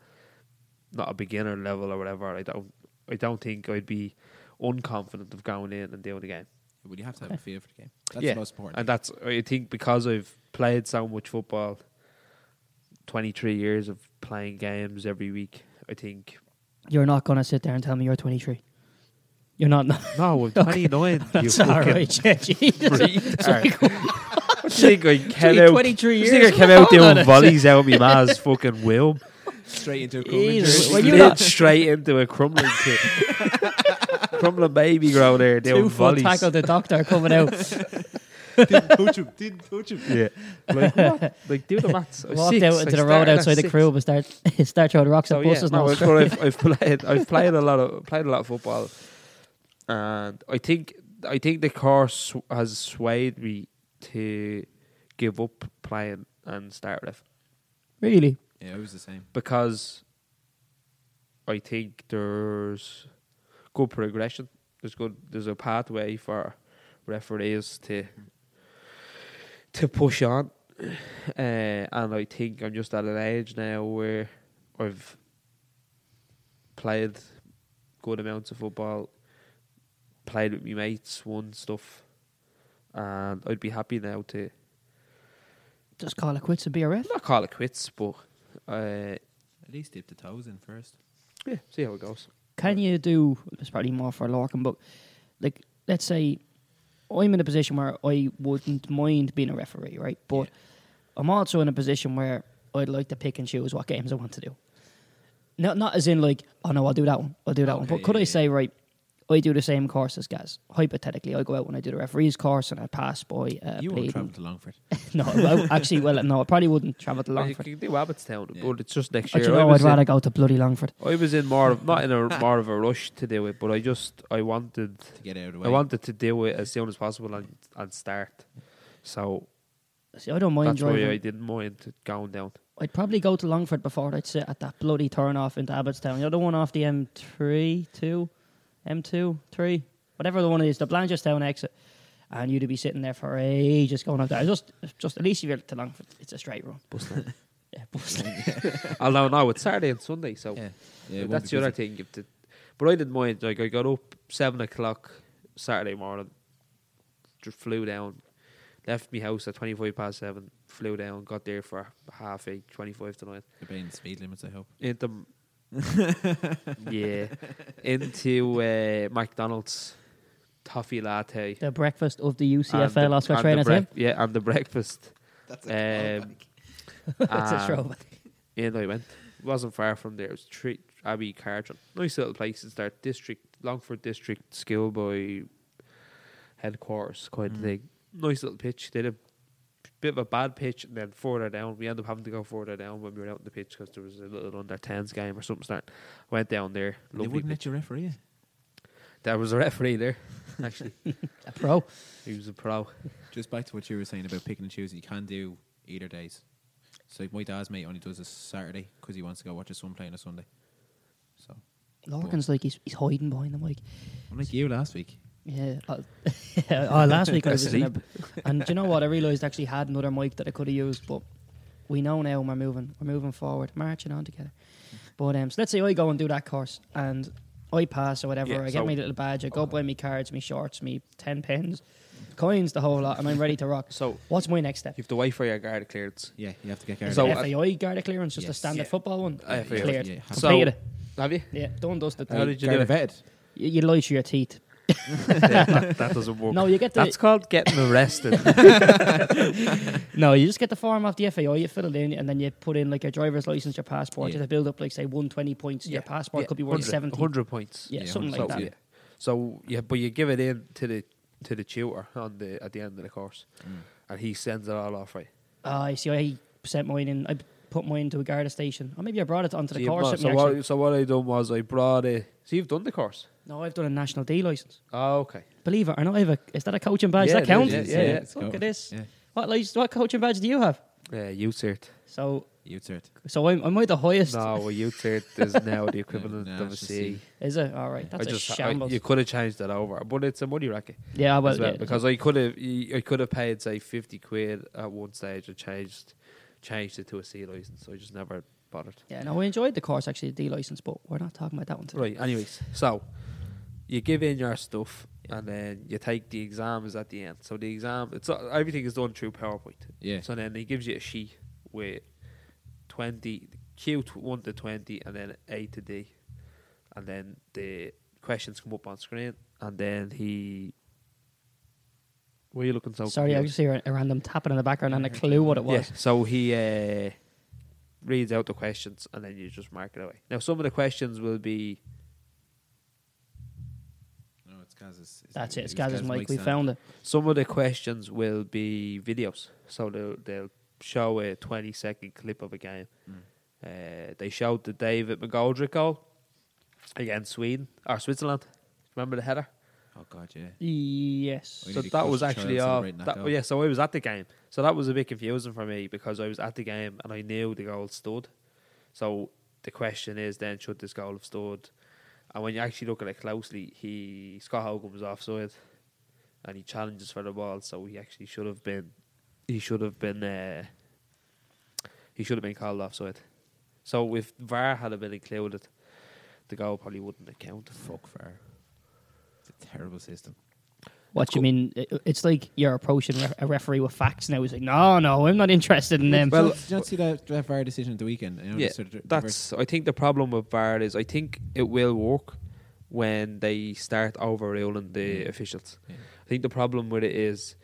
Speaker 2: not a beginner level or whatever. I don't. I don't think I'd be unconfident of going in and doing the game.
Speaker 3: Well, you have to have a feel for the game. That's
Speaker 2: Yeah,
Speaker 3: the most important.
Speaker 2: And that's I think because I've played so much football, twenty three years of playing games every week. I think
Speaker 1: You're not going to sit there and tell me you're twenty three. You're not. <laughs>
Speaker 2: no, I'm twenty nine. you
Speaker 1: That's all
Speaker 2: fucking
Speaker 1: right. <laughs> Yeah, Jesus.
Speaker 2: retard. I think I came
Speaker 1: Gee, 23
Speaker 2: out. I think
Speaker 1: years.
Speaker 2: I came out
Speaker 1: Hold on
Speaker 2: doing
Speaker 1: a
Speaker 2: volleys out of my ma's fucking
Speaker 1: <laughs>
Speaker 2: womb.
Speaker 3: Straight into a cool
Speaker 1: Jesus.
Speaker 3: injury.
Speaker 1: Well, you're
Speaker 2: Slid
Speaker 1: not-
Speaker 2: straight into a crumbling
Speaker 1: <laughs>
Speaker 2: kid. crumbling baby grow there doing
Speaker 1: Two full
Speaker 2: volleys.
Speaker 1: tackle the doctor coming
Speaker 2: <laughs>
Speaker 1: out.
Speaker 3: Didn't touch him. Didn't touch him.
Speaker 2: Yeah, like what? Like do the maths. I was
Speaker 1: <laughs> walked
Speaker 2: six,
Speaker 1: out
Speaker 2: I
Speaker 1: into the road
Speaker 2: started at
Speaker 1: outside the
Speaker 2: six.
Speaker 1: crew and start <laughs> start throwing rocks at
Speaker 2: So,
Speaker 1: buses.
Speaker 2: yeah,
Speaker 1: and
Speaker 2: no,
Speaker 1: all
Speaker 2: it's what I've, I've played. I've played a lot of played a lot of football, and I think I think the course has swayed me to give up playing and start ref
Speaker 1: really,
Speaker 3: Yeah, it was the same.
Speaker 2: because I think there's good progression. There's good. There's a pathway for referees to to push on, uh, and I think I'm just at an age now where I've played good amounts of football, played with my mates, won stuff, and I'd be happy now to
Speaker 1: just call it quits and be a ref.
Speaker 2: not call it quits, but uh,
Speaker 3: At least dip the toes in first.
Speaker 2: Yeah, see how it goes.
Speaker 1: Can you do? It's probably more for Larkin, but like, let's say I'm in a position where I wouldn't mind being a referee, right? But I'm also in a position where I'd like to pick and choose what games I want to do. Not not as in like, oh no, I'll do that one, I'll do that one.
Speaker 3: Okay,
Speaker 1: But could
Speaker 3: yeah,
Speaker 1: I
Speaker 3: yeah.
Speaker 1: say right? I do the same course as Gaz. Hypothetically, I go out and I do the referee's course and I pass by uh,
Speaker 3: you won't
Speaker 1: pleading.
Speaker 3: travel to Longford.
Speaker 1: <laughs> no, I, actually, well, no, I probably wouldn't travel to
Speaker 2: Well, you
Speaker 1: Longford.
Speaker 2: can do Abbottstown,
Speaker 3: Yeah.
Speaker 2: but it's just next
Speaker 1: But
Speaker 2: year.
Speaker 1: you
Speaker 2: I
Speaker 1: know, I'd
Speaker 2: was in-
Speaker 1: rather go to bloody Longford.
Speaker 2: I was in more of not in
Speaker 3: <laughs>
Speaker 2: a more of a rush to do it, but I just I wanted
Speaker 3: to get out of the way.
Speaker 2: I wanted to do it as soon as possible and and start. So
Speaker 1: See, I don't mind
Speaker 2: that's
Speaker 1: driving.
Speaker 2: why I didn't mind going down.
Speaker 3: <laughs>
Speaker 1: I'd probably go to Longford before I'd sit at that bloody turn off into Abbottstown. You know the one off the M3, 2, M2, 3, whatever the one is, the Blanchardstown exit. And you'd be sitting there for ages going up there. Just, just at least if you're to Longford, it's a straight run.
Speaker 2: Bus
Speaker 1: Yeah, bus lane.
Speaker 2: Although now it's Saturday and Sunday, so
Speaker 3: Yeah. Yeah, it won't
Speaker 2: that's
Speaker 3: be
Speaker 2: the other
Speaker 3: busy.
Speaker 2: thing. If the, but I didn't mind. Like I got up seven o'clock Saturday morning, dr- flew down, left my house at twenty five past seven, flew down, got there for half eight, twenty five to nine.
Speaker 3: You're paying speed limits, I hope. <laughs>
Speaker 2: into yeah into uh, McDonald's toffee latte.
Speaker 1: the breakfast of the
Speaker 2: and
Speaker 1: UCFL
Speaker 2: the-
Speaker 1: Oscar
Speaker 2: and
Speaker 1: Trainer
Speaker 2: the brec-
Speaker 1: team.
Speaker 2: Yeah, and the breakfast.
Speaker 3: That's
Speaker 2: a Um,
Speaker 1: <laughs> it's a
Speaker 2: Um,
Speaker 1: throwback.
Speaker 2: In I went. It wasn't far from there. It was three Abbey Cardron. Nice little place. It's their district, Longford District Schoolboy headquarters kind of
Speaker 3: Mm.
Speaker 2: thing. Nice little pitch. They did a bit of a bad pitch, and then further down, we ended up having to go further down when we were out in the pitch because there was a little under tens game or something. Start went down there.
Speaker 3: they
Speaker 2: Lovely.
Speaker 3: wouldn't
Speaker 2: pitch.
Speaker 3: let you referee. it.
Speaker 2: There was a referee there. Actually,
Speaker 1: A pro.
Speaker 2: he was a pro.
Speaker 3: Just back to what you were saying about picking and choosing, you can do either days. So like my dad's mate only does a Saturday because he wants to go watch his son play on a Sunday. So
Speaker 1: Larkin's like, he's, he's hiding behind the mic.
Speaker 3: I'm like you last week.
Speaker 1: Yeah. uh, oh, last week <laughs> I was in a,
Speaker 2: Asleep.
Speaker 1: <laughs> and do you know what? I realised I actually had another mic that I could have used, but we know now we're moving. We're moving forward, marching on together. But um, so let's say I go and do that course, and I pass or whatever.
Speaker 2: Yeah,
Speaker 1: I
Speaker 2: so-
Speaker 1: get my little badge. I go buy me cards, me shorts, me ten pins, coins, the whole lot, and I'm ready to rock.
Speaker 2: So
Speaker 1: What's my next step?
Speaker 2: Mm-hmm. you have to wait for your guard clearance.
Speaker 3: Yeah, you have to get
Speaker 1: Is
Speaker 3: Gareth.
Speaker 2: So,
Speaker 1: it
Speaker 2: uh,
Speaker 1: FAI Garda clearance, just a
Speaker 3: yes.
Speaker 1: standard
Speaker 2: Yeah.
Speaker 1: football one.
Speaker 2: I feel
Speaker 1: Cleared.
Speaker 3: Yeah,
Speaker 2: So-
Speaker 1: Completed it.
Speaker 2: Have <laughs> you?
Speaker 1: Yeah, done, dusted.
Speaker 2: How
Speaker 1: You,
Speaker 2: did you do it?
Speaker 3: vetted.
Speaker 1: you lie through your teeth.
Speaker 2: that, that doesn't
Speaker 1: <laughs>
Speaker 2: work.
Speaker 1: No, you get the
Speaker 2: That's called getting
Speaker 1: <laughs>
Speaker 2: arrested.
Speaker 1: No, you just get the form off the FAO, you fill it in, and then you put in like your driver's license, your passport.
Speaker 3: Yeah.
Speaker 1: You have to build up like say one twenty points. Your passport could be worth seventy.
Speaker 2: 100 points.
Speaker 1: Yeah,
Speaker 3: Yeah,
Speaker 1: something
Speaker 2: so,
Speaker 1: like that.
Speaker 2: Yeah. So yeah, but you give it in to the to the tutor on the at the end of the course, and he sends it all off right.
Speaker 1: Ah, I see. I sent mine in. I put mine to a Garda station, or maybe I brought it onto
Speaker 2: So,
Speaker 1: the
Speaker 2: you've
Speaker 1: course.
Speaker 2: not-
Speaker 1: with me,
Speaker 2: so
Speaker 1: actually.
Speaker 2: what? So what I done was I brought it. So you've done the course.
Speaker 1: No, I've done a national D license.
Speaker 2: Oh, okay.
Speaker 1: Believe it or not, I have a. Is that a coaching badge?
Speaker 2: Yeah,
Speaker 1: Does that
Speaker 2: it
Speaker 1: count?
Speaker 2: is, yes,
Speaker 3: yeah, yeah, it's
Speaker 1: Look
Speaker 3: cool.
Speaker 1: at this.
Speaker 3: Yeah.
Speaker 1: What lic- What coaching badge do you have?
Speaker 2: Yeah, you cert.
Speaker 1: So,
Speaker 3: You cert.
Speaker 1: so I'm, am I the highest?
Speaker 2: No,
Speaker 1: <laughs>
Speaker 2: a U cert is now the <laughs> equivalent
Speaker 3: no,
Speaker 2: of a
Speaker 3: it's a
Speaker 2: C.
Speaker 3: C.
Speaker 1: Is it all right? That's
Speaker 2: I
Speaker 1: a
Speaker 2: just, I-
Speaker 1: shambles.
Speaker 2: you could have changed that over, but it's a money racket.
Speaker 1: yeah, well,
Speaker 2: as well
Speaker 1: yeah.
Speaker 2: because I could have I could have paid say fifty quid at one stage and changed changed it to a C license. So I just never bothered.
Speaker 1: yeah, no, I enjoyed the course actually, the D license, but we're not talking about that one today.
Speaker 2: Right. Anyways, so you give in your stuff and then you take the exams at the end. So the exam, it's uh, everything is done through PowerPoint.
Speaker 3: Yeah.
Speaker 2: So then he gives you a sheet with twenty Q t- one to twenty and then A to D, and then the questions come up on screen and then he. What are you looking so?
Speaker 1: Sorry, I
Speaker 2: confused?
Speaker 1: just hear a random tapping in the background and a clue what it was.
Speaker 2: Yeah, so he uh, reads out the questions and then you just mark it away. Now, some of the questions will be
Speaker 3: No, it's Gaz's.
Speaker 1: That's it.
Speaker 3: was
Speaker 1: It's Gaz's
Speaker 3: Gaz's
Speaker 1: mic.
Speaker 3: mic
Speaker 1: We
Speaker 3: stand.
Speaker 1: found it.
Speaker 2: some of the questions will be videos. So they'll, they'll show a twenty second clip of a game. Uh, they showed the David McGoldrick goal against Sweden or Switzerland. Remember the header?
Speaker 3: Oh God, yeah.
Speaker 1: Yes.
Speaker 3: We
Speaker 2: so
Speaker 3: need to
Speaker 2: that
Speaker 3: coach
Speaker 2: was
Speaker 3: the
Speaker 2: actually
Speaker 3: child
Speaker 2: all.
Speaker 3: celebrating that
Speaker 2: that-
Speaker 3: goal.
Speaker 2: yeah, so I was at the game. So that was a bit confusing for me because I was at the game and I knew the goal stood. So the question is then, should this goal have stood? And when you actually look at it closely, he Scott Hogan was offside, and he challenges for the ball. So he actually should have been. He should have been. Uh, he should have been called offside. So if VAR had been included, the goal probably wouldn't have counted.
Speaker 3: Fuck fair. It's a terrible system.
Speaker 1: What do you mean? It- It's like you're approaching ref- a referee with facts now. He's like, no, no, I'm not interested in them.
Speaker 2: Well,
Speaker 3: Well, did you not see that, that VAR decision at the weekend? You know,
Speaker 2: Yeah,
Speaker 3: sort of reversed-
Speaker 2: That's. I think the problem with VAR is I think it will work when they start overruling the
Speaker 3: Mm.
Speaker 2: officials.
Speaker 3: Yeah.
Speaker 2: I think the problem with it is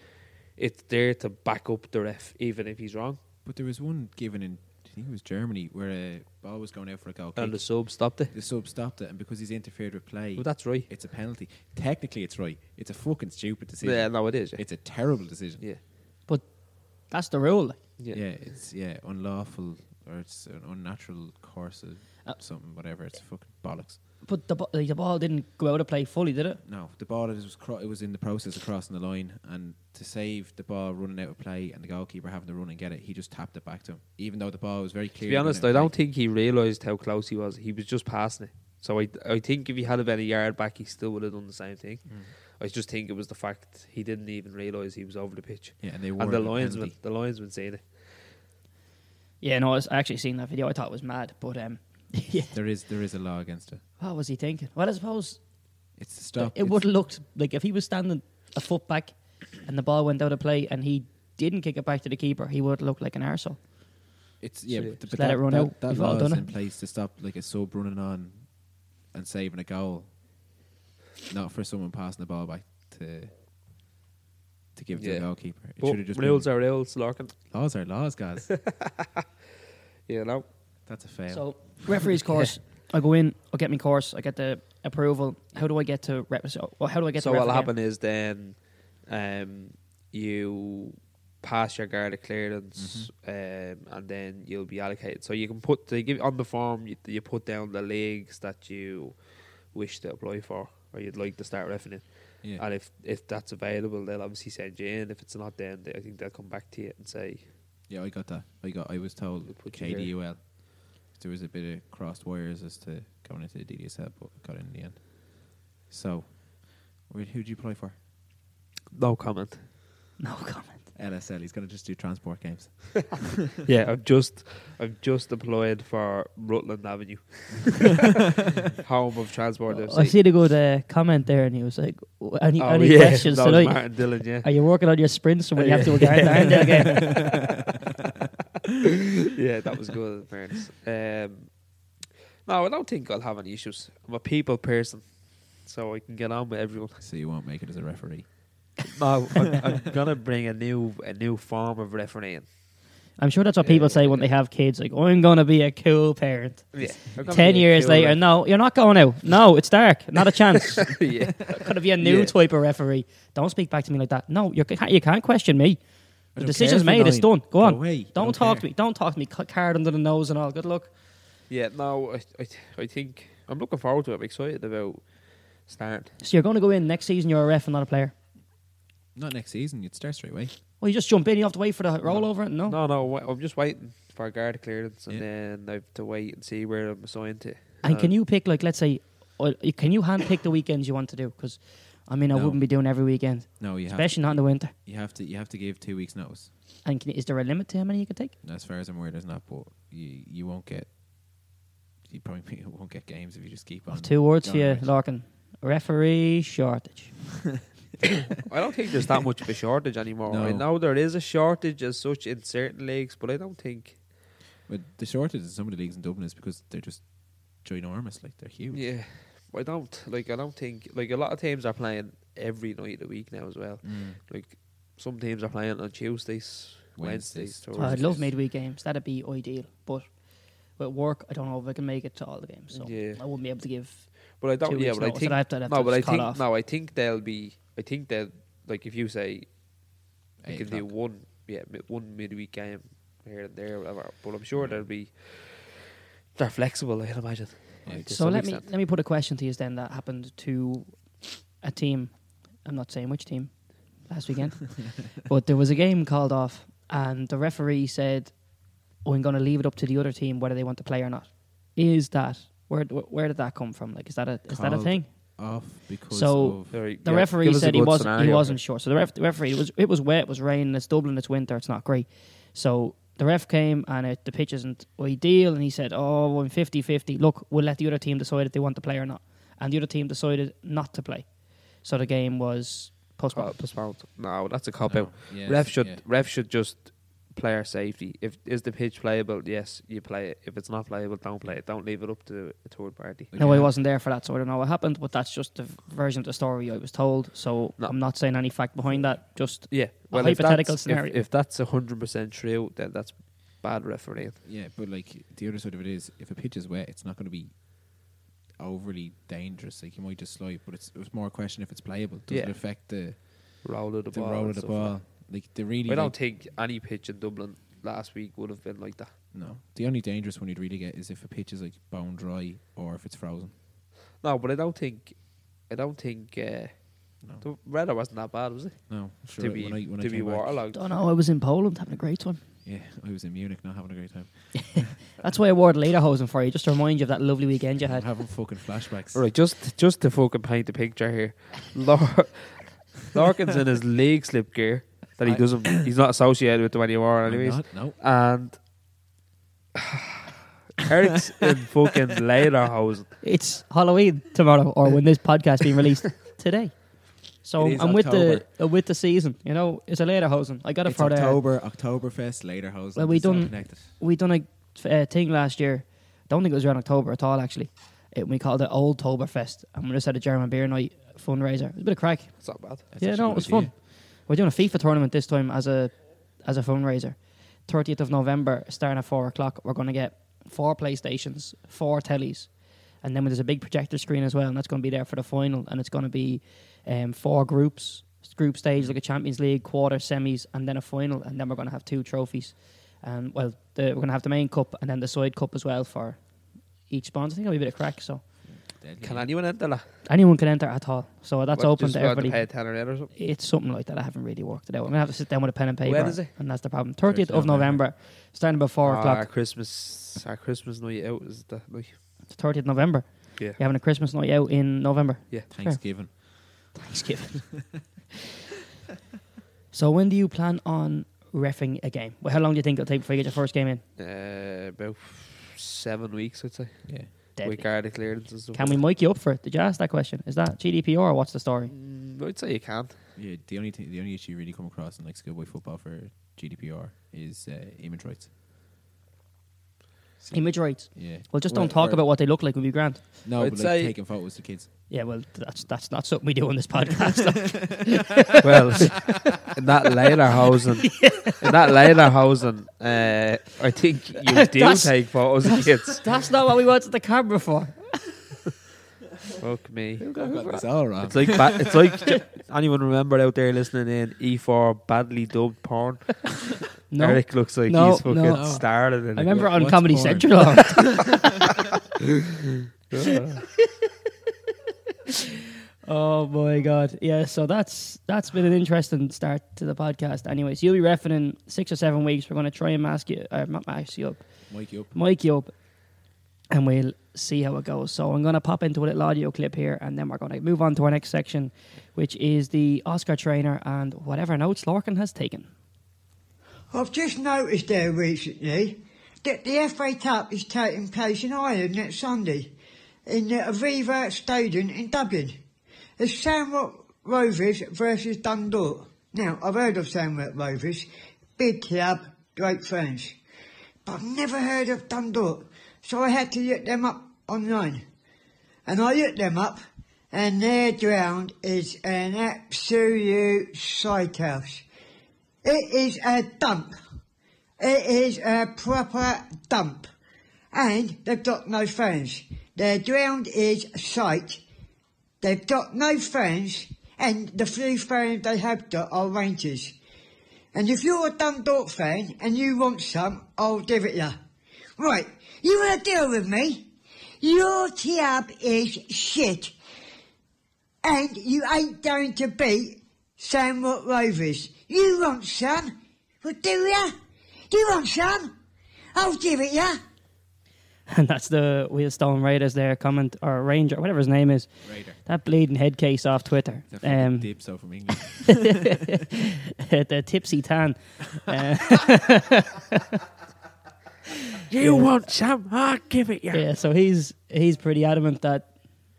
Speaker 2: it's there to back up the ref even if he's wrong,
Speaker 3: But there was one given in, I think it was Germany, where a ball was going out for a goal
Speaker 2: and the
Speaker 3: kick.
Speaker 2: sub stopped it.
Speaker 3: The sub stopped it, and because he's interfered with play,
Speaker 2: Well, that's right.
Speaker 3: it's a penalty. Technically, it's right. It's a fucking stupid decision.
Speaker 2: Yeah, no, it is. Yeah,
Speaker 3: It's a terrible decision.
Speaker 2: yeah,
Speaker 1: but that's the rule. like.
Speaker 2: yeah.
Speaker 3: yeah, it's yeah unlawful or it's an unnatural course of
Speaker 1: Uh,
Speaker 3: something, whatever. It's fucking bollocks.
Speaker 1: But the, bo- like, the ball didn't go out of play fully, did it?
Speaker 3: No, the ball is- was cro- it was in the process of crossing the line, and to save the ball running out of play and the goalkeeper having to run and get it, he just tapped it back to him, even though the ball was very
Speaker 2: To
Speaker 3: clear.
Speaker 2: be honest, I don't think he realised how close he was. He was just passing it. So I, I think if he had have been a yard back, he still would have done the same thing.
Speaker 3: Mm.
Speaker 2: I just think it was the fact he didn't even realise he was over the pitch.
Speaker 3: Yeah, and they
Speaker 2: and
Speaker 3: awarded
Speaker 2: the
Speaker 3: him a
Speaker 2: linesman,
Speaker 3: penalty.
Speaker 2: the linesman seen it.
Speaker 1: Yeah, no, I was- I actually seen that video. I thought it was mad, but um, <laughs> yeah,
Speaker 3: There is there is a law against it.
Speaker 1: what was he thinking? Well, I suppose
Speaker 3: It's to stop.
Speaker 1: it
Speaker 3: it's-
Speaker 1: would have looked like if he was standing a foot back and the ball went out of play and he didn't kick it back to the keeper, he would look like an arsehole.
Speaker 3: It's yeah,
Speaker 2: So
Speaker 3: but,
Speaker 1: just
Speaker 3: but
Speaker 1: let
Speaker 3: that,
Speaker 1: it run
Speaker 3: that,
Speaker 1: out.
Speaker 3: That
Speaker 1: We've all
Speaker 3: law is
Speaker 1: done it.
Speaker 3: in place to stop like a sub running on and saving a goal, not for someone passing the ball back to to give to
Speaker 2: Yeah.
Speaker 3: the goalkeeper. It
Speaker 2: But
Speaker 3: should have just
Speaker 2: Oh, rules
Speaker 3: been,
Speaker 2: are rules, Larkin.
Speaker 3: laws are
Speaker 2: <laughs>
Speaker 3: laws, guys.
Speaker 2: You know,
Speaker 3: That's a fail.
Speaker 1: So
Speaker 2: <laughs>
Speaker 1: referee's course, I go in, I get my course, I get the approval. How do I get to rep? So, well, how do I get
Speaker 2: so
Speaker 1: to
Speaker 2: what'll
Speaker 1: ref again?
Speaker 2: happen is then um, you pass your guard of clearance um, and then you'll be allocated so you can put they give on the form you, you put down the leagues that you wish to apply for or you'd like to start refing in
Speaker 3: yeah.
Speaker 2: and if if that's available they'll obviously send you in if it's not then they, I think they'll come back to you and say
Speaker 3: yeah, I got that. I got. I was told
Speaker 2: They put you there.
Speaker 3: KDUL. There was a bit of crossed wires as to going into the DDSL, but I got in, in the end. So, who would you play for?
Speaker 2: no comment
Speaker 1: No comment.
Speaker 3: LSL. He's going to just do transport games.
Speaker 2: yeah I've just I've just applied for Rutland Avenue
Speaker 1: <laughs>
Speaker 2: home of transport
Speaker 1: Oh, I
Speaker 2: FC
Speaker 1: see the good uh, comment there, and he was like, "W- "Any,
Speaker 2: Oh,
Speaker 1: any
Speaker 2: yeah,
Speaker 1: questions
Speaker 2: that was
Speaker 1: tonight?
Speaker 2: Martin Dillon, yeah.
Speaker 1: Are you working on your sprints when you have to regard the Arndale game?"
Speaker 2: <laughs> yeah, that was good, in fairness. Um, no, I don't think I'll have any issues. I'm a people person, so I can get on with everyone.
Speaker 3: So you won't make it as a referee.
Speaker 2: No, I'm, I'm gonna bring a new a new form of refereeing.
Speaker 1: I'm sure that's what people say when they have kids. Like, I'm gonna be a cool parent.
Speaker 2: Yeah, I'm gonna
Speaker 1: Ten
Speaker 2: be a
Speaker 1: years
Speaker 2: killer.
Speaker 1: later, no, you're not going out. No, it's dark. Not a
Speaker 2: <laughs>
Speaker 1: chance.
Speaker 2: yeah,
Speaker 1: Could it be a new
Speaker 2: Yeah.
Speaker 1: type of referee? Don't speak back to me like that. No, you can't, you can't question me. The
Speaker 3: I don't
Speaker 1: decision's
Speaker 3: care if
Speaker 1: made.
Speaker 3: you're
Speaker 1: It's done.
Speaker 3: nine.
Speaker 1: Go
Speaker 3: Go
Speaker 1: on.
Speaker 3: away.
Speaker 1: Don't,
Speaker 3: Don't
Speaker 1: talk
Speaker 3: care.
Speaker 1: to me. Don't talk to me. Cut card under the nose and all. Good luck.
Speaker 2: yeah. No, I, I, I think I'm looking forward to it. I'm excited about starting.
Speaker 1: So you're going to go in next season. You're a ref and not a player.
Speaker 3: Not next season. You'd start straight away.
Speaker 1: Well, you just jump in. You have to wait for the rollover. No.
Speaker 2: No, no, wa- I'm just waiting for a guard clearance, and
Speaker 3: Yeah.
Speaker 2: then I have to wait and see where I'm assigned to.
Speaker 1: And can you pick like let's say, or you- can you hand pick the weekends you want to do? Because, I mean, I
Speaker 3: No.
Speaker 1: wouldn't be doing every weekend,
Speaker 3: No, you have,
Speaker 1: especially not in the winter.
Speaker 3: you have to you have to give two weeks notice.
Speaker 1: And can, is there a limit to how many you can take?
Speaker 3: And as far as I'm aware, there's not. But you you won't get you probably <laughs> won't get games if you just keep on.
Speaker 1: Two words for
Speaker 3: going
Speaker 1: you,
Speaker 3: with it.
Speaker 1: Larkin. Referee shortage.
Speaker 2: I don't think there's that much of a shortage anymore. I
Speaker 3: No.
Speaker 2: know there is a shortage as such in certain leagues, but I don't think.
Speaker 3: But the shortage in some of the leagues in Dublin is because they're just ginormous. Like they're huge.
Speaker 2: Yeah, I don't like. I don't think like a lot of teams are playing every night of the week now as well.
Speaker 3: Mm.
Speaker 2: Like some teams are playing on Tuesdays, Wednesdays,
Speaker 3: Wednesdays,
Speaker 1: Oh, I'd
Speaker 2: Thursdays.
Speaker 1: love midweek games. That'd be ideal. But with work, I don't know if I can make it to all the games. So
Speaker 2: Yeah.
Speaker 1: I wouldn't be able to give.
Speaker 2: But I don't.
Speaker 1: two
Speaker 2: yeah,
Speaker 1: weeks
Speaker 2: but I
Speaker 1: notice,
Speaker 2: think
Speaker 1: and I'd have to- I'd have
Speaker 2: no,
Speaker 1: to
Speaker 2: but I
Speaker 1: just cut
Speaker 2: think
Speaker 1: off.
Speaker 2: no, I think they'll be. I think they'll like if you say they
Speaker 3: Eight
Speaker 2: can do
Speaker 3: o'clock.
Speaker 2: one, yeah, mi- one midweek game here and there, or whatever. But I'm sure there'll be. They're flexible, I can imagine.
Speaker 3: Yeah.
Speaker 2: Like, to
Speaker 1: So
Speaker 2: some
Speaker 1: let me
Speaker 2: extent.
Speaker 1: let me put a question to you then that happened to a team. I'm not saying which team last
Speaker 2: <laughs>
Speaker 1: weekend, but there was a game called off, and the referee said, oh, "I'm going to leave it up to the other team whether they want to play or not." Is that where wh- where did that come from? Like, is that a is that a
Speaker 3: Called
Speaker 1: thing?
Speaker 3: Off because
Speaker 1: So-
Speaker 3: of,
Speaker 2: All right,
Speaker 1: The
Speaker 2: yeah,
Speaker 1: referee
Speaker 2: give us a
Speaker 1: said he
Speaker 2: good
Speaker 1: wasn't he
Speaker 2: scenario.
Speaker 1: wasn't sure. So the, ref, the referee it was it was wet, it was raining, it's Dublin, it's winter, it's not great. So the ref came and it, the pitch isn't ideal, and he said, "Oh, I'm 50-50. Look, we'll let the other team decide if they want to play or not." And the other team decided not to play, so the game was Postpone.
Speaker 2: Oh, Postponed. No, that's a cop
Speaker 3: No,
Speaker 2: out.
Speaker 3: yeah,
Speaker 2: ref should
Speaker 3: yeah.
Speaker 2: ref should just player safety. If is the pitch playable, yes, you play it. If it's not playable, don't play it. Don't leave it up to a third party.
Speaker 1: No, I
Speaker 3: Yeah.
Speaker 1: wasn't there for that, so I don't know what happened. But that's just the v- version of the story I was told. So
Speaker 2: No.
Speaker 1: I'm not saying any fact behind that. Just
Speaker 2: Yeah, if
Speaker 1: hypothetical
Speaker 2: that's- if-
Speaker 1: scenario.
Speaker 2: If, that's hundred percent true, then that's bad refereeing.
Speaker 3: Yeah, but like the other side of it is, if a pitch is wet, it's not going to be overly dangerous. Like you might just slide, but it's it's more a question if it's playable. Does it
Speaker 2: Yeah.
Speaker 3: affect the
Speaker 2: Roll of the,
Speaker 3: the,
Speaker 2: ball.
Speaker 3: roll
Speaker 2: and
Speaker 3: of the
Speaker 2: stuff like
Speaker 3: ball? Like the really
Speaker 2: that. I
Speaker 3: like-
Speaker 2: don't think any pitch in Dublin last week would have been like that.
Speaker 3: no. The only dangerous one you'd really get is if a pitch is like bone dry or if it's frozen.
Speaker 2: No, but I don't think. I don't think uh,
Speaker 3: No,
Speaker 2: the weather wasn't that bad, was it?
Speaker 3: no. Sure,
Speaker 2: to be
Speaker 3: when I, when I
Speaker 2: to be
Speaker 3: came back-
Speaker 2: waterlogged.
Speaker 1: don't know. I was in Poland having a great time.
Speaker 3: Yeah, <laughs> I was in Munich, not having a great time.
Speaker 1: That's why I wore the lederhosen for you, just to remind you of that lovely weekend you
Speaker 3: I'm
Speaker 1: had.
Speaker 3: having fucking flashbacks.
Speaker 2: All right, just just to fucking paint the picture here, <laughs> Lor- Larkin's in his leg slip gear that he
Speaker 3: I-
Speaker 2: doesn't. He's not associated with the when you are,
Speaker 3: I'm
Speaker 2: anyways.
Speaker 3: not- no,
Speaker 2: And <sighs> Eric's in fucking lederhosen.
Speaker 1: It's Halloween tomorrow, or when this podcast being
Speaker 3: <laughs>
Speaker 1: released today. So
Speaker 3: It is
Speaker 1: I'm with the
Speaker 3: October.
Speaker 1: uh, with the season. You know, it's a lederhosen. I got it
Speaker 3: it's
Speaker 1: for uh, the
Speaker 3: October, Oktoberfest, later house.
Speaker 1: Well, we done-
Speaker 3: connected.
Speaker 1: we done a f- uh, thing last year. Don't think it was around October at all. Actually, it, we called it Old Toberfest, and we just had a German beer night fundraiser. It was a bit of crack.
Speaker 2: It's not bad.
Speaker 3: That's
Speaker 1: yeah,
Speaker 3: actually a
Speaker 1: no,
Speaker 3: good
Speaker 1: it was
Speaker 3: idea.
Speaker 1: fun. We're doing a FIFA tournament this time as a as a fundraiser. Thirtieth of November, starting at four o'clock. We're going to get four PlayStations, four tellies, and then there's a big projector screen as well, and that's going to be there for the final. And it's going to be um, four groups, group stage like a Champions League quarter, semis, and then a final. And then we're going to have two trophies. And well, the, we're going to have the main cup and then the side cup as well for each sponsor. I think it'll be a bit of crack. So
Speaker 3: Deadly.
Speaker 2: Can anyone enter that?
Speaker 1: anyone can enter at all. So that's
Speaker 2: Like,
Speaker 1: open
Speaker 2: just
Speaker 1: to
Speaker 2: go out
Speaker 1: everybody
Speaker 2: pay a tenner in or something.
Speaker 1: it's something like that. I haven't really worked it out. I'm gonna have to sit down with a pen and paper.
Speaker 2: When is it?
Speaker 1: And that's the problem. Thirtieth
Speaker 3: 30th
Speaker 1: of
Speaker 3: November.
Speaker 1: November, starting about four
Speaker 2: Ah, Our
Speaker 1: o'clock.
Speaker 2: Christmas, our Christmas night out is that night.
Speaker 1: Thirtieth November.
Speaker 2: Yeah.
Speaker 1: You're having a Christmas night out in November. <laughs>
Speaker 3: Thanksgiving.
Speaker 1: Thanksgiving. <laughs> so when do you plan on refing a game? Well, how long do you think it'll take before you get your first game in?
Speaker 2: Uh, about seven weeks, I'd say.
Speaker 3: Yeah.
Speaker 1: Deadly.
Speaker 2: With guard clearance and stuff.
Speaker 1: Can we mic you up for it? Did you ask that question? Is that GDPR or what's the story?
Speaker 2: Mm, I'd say you can.
Speaker 1: <laughs>
Speaker 3: Yeah, the only thing, the only issue you really come across in like schoolboy football for GDPR is uh, image rights.
Speaker 1: Image rights.
Speaker 3: Yeah.
Speaker 1: Well, just
Speaker 3: Where-
Speaker 1: don't talk
Speaker 3: where-
Speaker 1: about what they look like. Would be grand.
Speaker 3: No,
Speaker 2: I'd
Speaker 3: but like
Speaker 2: say-
Speaker 3: taking photos of kids.
Speaker 1: Yeah. Well, that's that's not something we do on this podcast. <laughs>
Speaker 2: well, in that later
Speaker 1: <laughs>
Speaker 2: housing, in that later housing, uh, I think
Speaker 1: <laughs>
Speaker 2: you do
Speaker 1: That's-
Speaker 2: take photos of
Speaker 1: <laughs>
Speaker 2: kids.
Speaker 1: that's not what we wanted the camera for.
Speaker 2: Fuck me.
Speaker 3: It's all wrong.
Speaker 2: It's like ba- it's like anyone remember out there listening in E4 badly dubbed porn.
Speaker 1: No.
Speaker 2: Eric looks like
Speaker 1: No,
Speaker 2: he's fucking
Speaker 1: no.
Speaker 2: started. In
Speaker 1: I remember
Speaker 3: What-
Speaker 1: on
Speaker 3: what's
Speaker 1: Comedy
Speaker 3: porn?
Speaker 1: Central. <laughs>
Speaker 3: <laughs>
Speaker 2: it.
Speaker 1: oh my god! Yeah, so that's that's been an interesting start to the podcast. Anyways, you'll be refing in six or seven weeks. We're going to try and mask you, uh, not mask you up,
Speaker 3: <laughs> Mike, you up?
Speaker 1: mic you up, and we'll see how it goes. So I'm going to pop into a little audio clip here, and then we're going to move on to our next section, which is the Oscar trainer and whatever notes Larkin has taken. <laughs>
Speaker 4: I've just noticed there recently that the FA Cup is taking place in Ireland next Sunday in the Aviva Stadium in Dublin. It's Shamrock Rovers versus Dundalk. Now, I've heard of Shamrock Rovers, big club, great fans, but I've never heard of Dundalk, so I had to look them up online. And I looked them up, and their ground is an absolute sighthouse. It is a dump. It is a proper dump. And they've got no fans. Their ground is shite. They've got no fans. And the few fans they have got are Rangers. And if you're a Dundalk fan and you want some, I'll give it you. Right, you want to deal with me? Your club is shit. And you ain't going to beat Sandwood Rovers. You want some? Well, do ya? You want some? I'll give it ya.
Speaker 1: And that's the Wheelstone Raiders there comment or Ranger, whatever his name is.
Speaker 3: Raider.
Speaker 1: That bleeding head case off Twitter. Um,
Speaker 3: That fucking dibs out from England.
Speaker 1: <laughs> the tipsy tan. Uh,
Speaker 2: you want some? I'll give it you.
Speaker 1: yeah, so he's he's pretty adamant that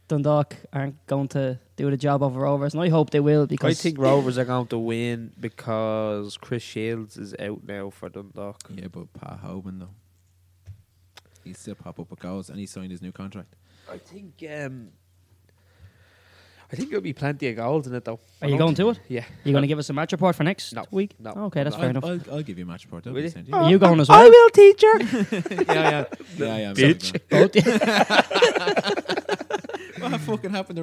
Speaker 1: Dundalk aren't going to do the job over Rovers, and I hope they will
Speaker 2: I
Speaker 1: because <laughs>
Speaker 2: think Rovers are going to win because Chris Shields is out now for Dundalk.
Speaker 3: Yeah, but Pat Hoban though, he still pop up with goals, and he signed his new contract.
Speaker 2: I think um, I think there'll be plenty of goals in it though.
Speaker 1: Are you going to it?
Speaker 2: <laughs> Yeah.
Speaker 1: You're going to give us a match report for next
Speaker 2: No,
Speaker 1: week?
Speaker 2: no,
Speaker 1: Okay, that's
Speaker 2: no.
Speaker 1: fair
Speaker 3: I'll,
Speaker 1: enough.
Speaker 3: I'll, I'll give you a match report. Don't
Speaker 2: Will
Speaker 3: be
Speaker 2: you?
Speaker 3: sent to you.
Speaker 1: Are you going as well?
Speaker 2: I will, teacher.
Speaker 3: yeah, <laughs> yeah, yeah, yeah. I'm
Speaker 2: Bitch.
Speaker 3: sorry,
Speaker 1: Both- <laughs>
Speaker 3: man. What fucking happened to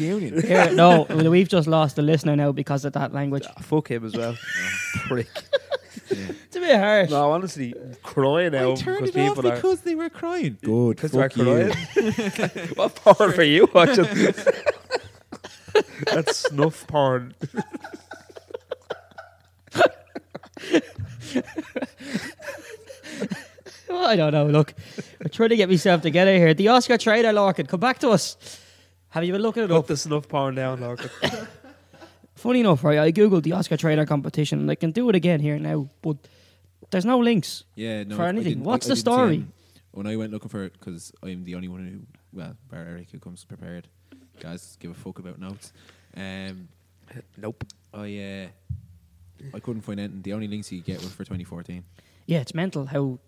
Speaker 1: <laughs>
Speaker 3: union?
Speaker 1: Here- no, well, we've just lost the listener now because of that language.
Speaker 2: Fuck him as <laughs> well. Prick.
Speaker 1: It's a bit harsh.
Speaker 2: No, honestly, crying
Speaker 3: I
Speaker 2: out
Speaker 3: turned
Speaker 2: because
Speaker 3: it off
Speaker 2: people are.
Speaker 3: because they were crying. Good,
Speaker 2: Because we're crying. <laughs> what porn were you watching? That's snuff porn.
Speaker 1: Well, I don't know. Look, I'm trying to get myself together here. The Oscar trader, Larkin, come back to us. Have you been looking it
Speaker 2: <laughs> Put
Speaker 1: up?
Speaker 2: the snuff porn down, Larkin.
Speaker 1: Funny enough, right? I googled the Oscar trader competition, and I can do it again here now, but there's no links.
Speaker 3: Yeah, no.
Speaker 1: For
Speaker 3: I
Speaker 1: anything.
Speaker 3: didn't-
Speaker 1: What's the
Speaker 3: didn't see
Speaker 1: story?
Speaker 3: him. When I went looking for it, because I'm the only one who, well, bar Eric who comes prepared. Guys, give a fuck about notes. Um,
Speaker 2: Nope.
Speaker 3: I uh, I couldn't find anything. The only links you could get were for 2014.
Speaker 1: Yeah, it's mental how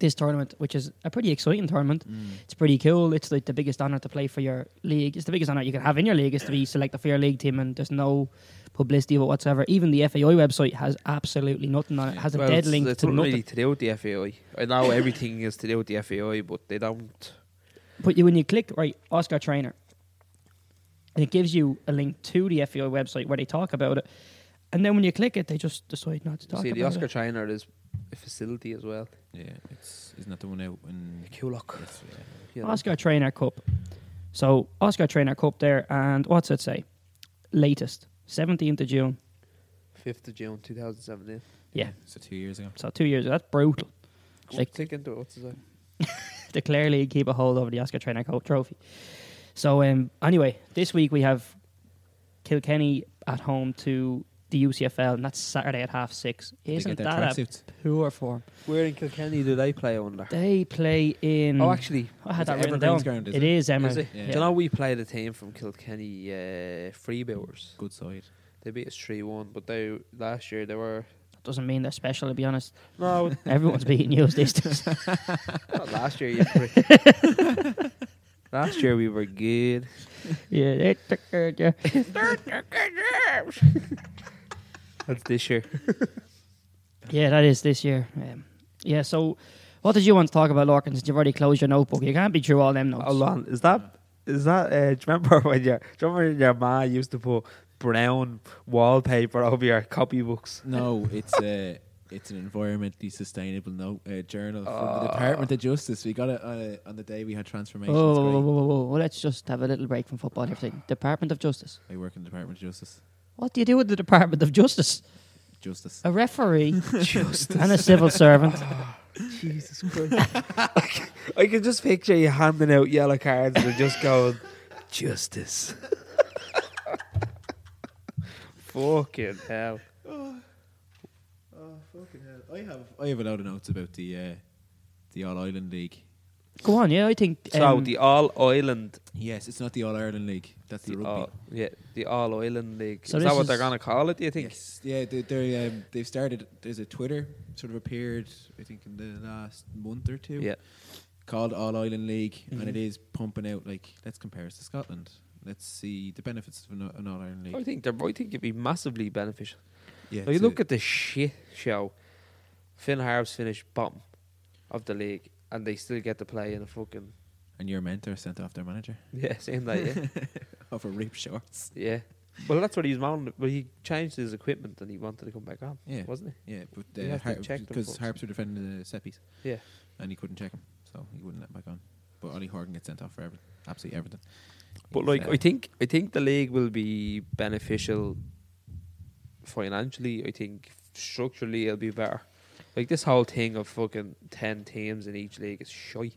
Speaker 1: this tournament, which is a pretty exciting tournament,
Speaker 3: Mm.
Speaker 1: it's pretty cool. It's like the biggest honor to play for your league. It's the biggest honor you can have in your league is to be selected for your league team, and there's no publicity of it whatsoever. Even the FAI website has absolutely nothing on it. it has a
Speaker 2: Well,
Speaker 1: dead
Speaker 2: it's,
Speaker 1: link
Speaker 2: it's
Speaker 1: to
Speaker 2: not
Speaker 1: nothing.
Speaker 2: really to do with the FAI. I know everything is to do with the FAI, but they don't.
Speaker 1: But you, when you click right Oscar Trainer, and it gives you a link to the FEO website where they talk about it, and then when you click it, they just decide not to talk
Speaker 2: See,
Speaker 1: about
Speaker 2: the Oscar
Speaker 1: it.
Speaker 2: trainer is a facility as well.
Speaker 3: Yeah, it's isn't that the one out in
Speaker 2: Kulok.
Speaker 3: Yes, yeah.
Speaker 2: you know.
Speaker 1: Oscar Trainer Cup. So Oscar Trainer Cup there, and what's it say? Latest seventeenth of June.
Speaker 2: 5th of June 2017.
Speaker 1: Yeah,
Speaker 3: So two years ago.
Speaker 1: so two years. That's brutal. Like-
Speaker 2: Click into it. What's it say?
Speaker 1: to clearly keep a hold over the Oscar Trainer Cup trophy. So um, anyway, this week we have Kilkenny at home to the UCFL, and that's Saturday at half six.
Speaker 3: They
Speaker 1: Isn't
Speaker 3: get their
Speaker 1: that a
Speaker 3: tracksuits.
Speaker 1: poor form?
Speaker 2: Where in Kilkenny do they play under?
Speaker 1: They play in.
Speaker 2: Oh, actually,
Speaker 1: I had
Speaker 3: It's
Speaker 1: that written down.
Speaker 3: Evergreen's ground, is
Speaker 1: it
Speaker 3: it?
Speaker 1: is Emery.
Speaker 2: is it?
Speaker 3: Yeah.
Speaker 2: Do you know we played a team from Kilkenny, uh, Freebooters?
Speaker 3: Good side.
Speaker 2: They beat us three one, but they last year they were
Speaker 1: That doesn't mean they're special. To be honest,
Speaker 2: no,
Speaker 1: everyone's beating you
Speaker 3: <laughs>
Speaker 1: these days.
Speaker 2: <laughs> not last year. You prick. <laughs> last year we were good.
Speaker 1: yeah, they- yeah.
Speaker 2: That's this year.
Speaker 1: yeah, that is this year. Um, yeah. So, what did you want to talk about, Larkin? Since you've already closed your notebook, you can't be through all them notes.
Speaker 2: Hold on, is that is that? Uh, do you remember <laughs> when your do you remember when your ma used to put brown wallpaper over your copybooks?
Speaker 3: No, it's a <laughs> it's an environmentally sustainable note uh, journal from
Speaker 1: Ah.
Speaker 3: the Department of Justice. We got it uh, on the day we had
Speaker 1: Oh,
Speaker 3: transformation.
Speaker 1: whoa,
Speaker 3: It's
Speaker 1: whoa, whoa,
Speaker 3: great.
Speaker 1: whoa, whoa. Well, let's just have a little break from football. and Everything. Department of Justice.
Speaker 3: I work in the Department of Justice.
Speaker 1: What do you do with the Department of Justice?
Speaker 3: Justice.
Speaker 1: A
Speaker 2: <laughs>
Speaker 1: referee and a civil servant.
Speaker 2: Jesus Christ! <laughs> I can just picture you handing out yellow cards and just going justice. <laughs> Fucking hell!
Speaker 3: Oh fucking hell! I have I have a load of notes about the uh, the All Ireland League.
Speaker 1: Go on. Yeah, I think.
Speaker 2: so
Speaker 1: um,
Speaker 2: the All Ireland,
Speaker 3: Yes, it's not the All Ireland League. That's the, oh,
Speaker 2: the
Speaker 3: rugby.
Speaker 2: all, yeah, the All Ireland League.
Speaker 1: So
Speaker 2: is
Speaker 1: this
Speaker 2: that what
Speaker 1: is-
Speaker 2: they're gonna call it? Do you think?
Speaker 3: Yes, yeah, they, they um, they've started. There's a Twitter sort of appeared, I think, in the last month or two.
Speaker 2: Yeah.
Speaker 3: called All Ireland League, and it is pumping out like let's compare us to Scotland. Let's see the benefits of an, an All Ireland
Speaker 2: I
Speaker 3: League.
Speaker 2: think they're, I think it'd be massively beneficial.
Speaker 3: Oh, Yeah,
Speaker 2: Now you
Speaker 3: it's
Speaker 2: look
Speaker 3: a-
Speaker 2: at the shit show. Finn Harps finished bottom of the league, and they still get to play in a fucking <laughs>
Speaker 3: and your mentor sent off their manager
Speaker 2: yeah, same like yeah,
Speaker 3: <laughs> off a rape shorts.
Speaker 2: yeah. Well, that's what he was mounting. Well, he changed his equipment and he wanted to come back on,
Speaker 3: Yeah,
Speaker 2: wasn't
Speaker 3: yeah, but
Speaker 2: You
Speaker 3: uh,
Speaker 2: have to check them
Speaker 3: because
Speaker 2: first.
Speaker 3: Harps were defending the set piece,
Speaker 2: he? Yeah.
Speaker 3: and he couldn't check him, so he wouldn't let him back on. But Ollie Horgan gets sent off for everything, absolutely everything.
Speaker 2: But
Speaker 3: He's,
Speaker 2: like,
Speaker 3: uh,
Speaker 2: I think I think the league will be beneficial financially. I think structurally it'll be better. Like this whole thing of fucking ten teams in each league is shite.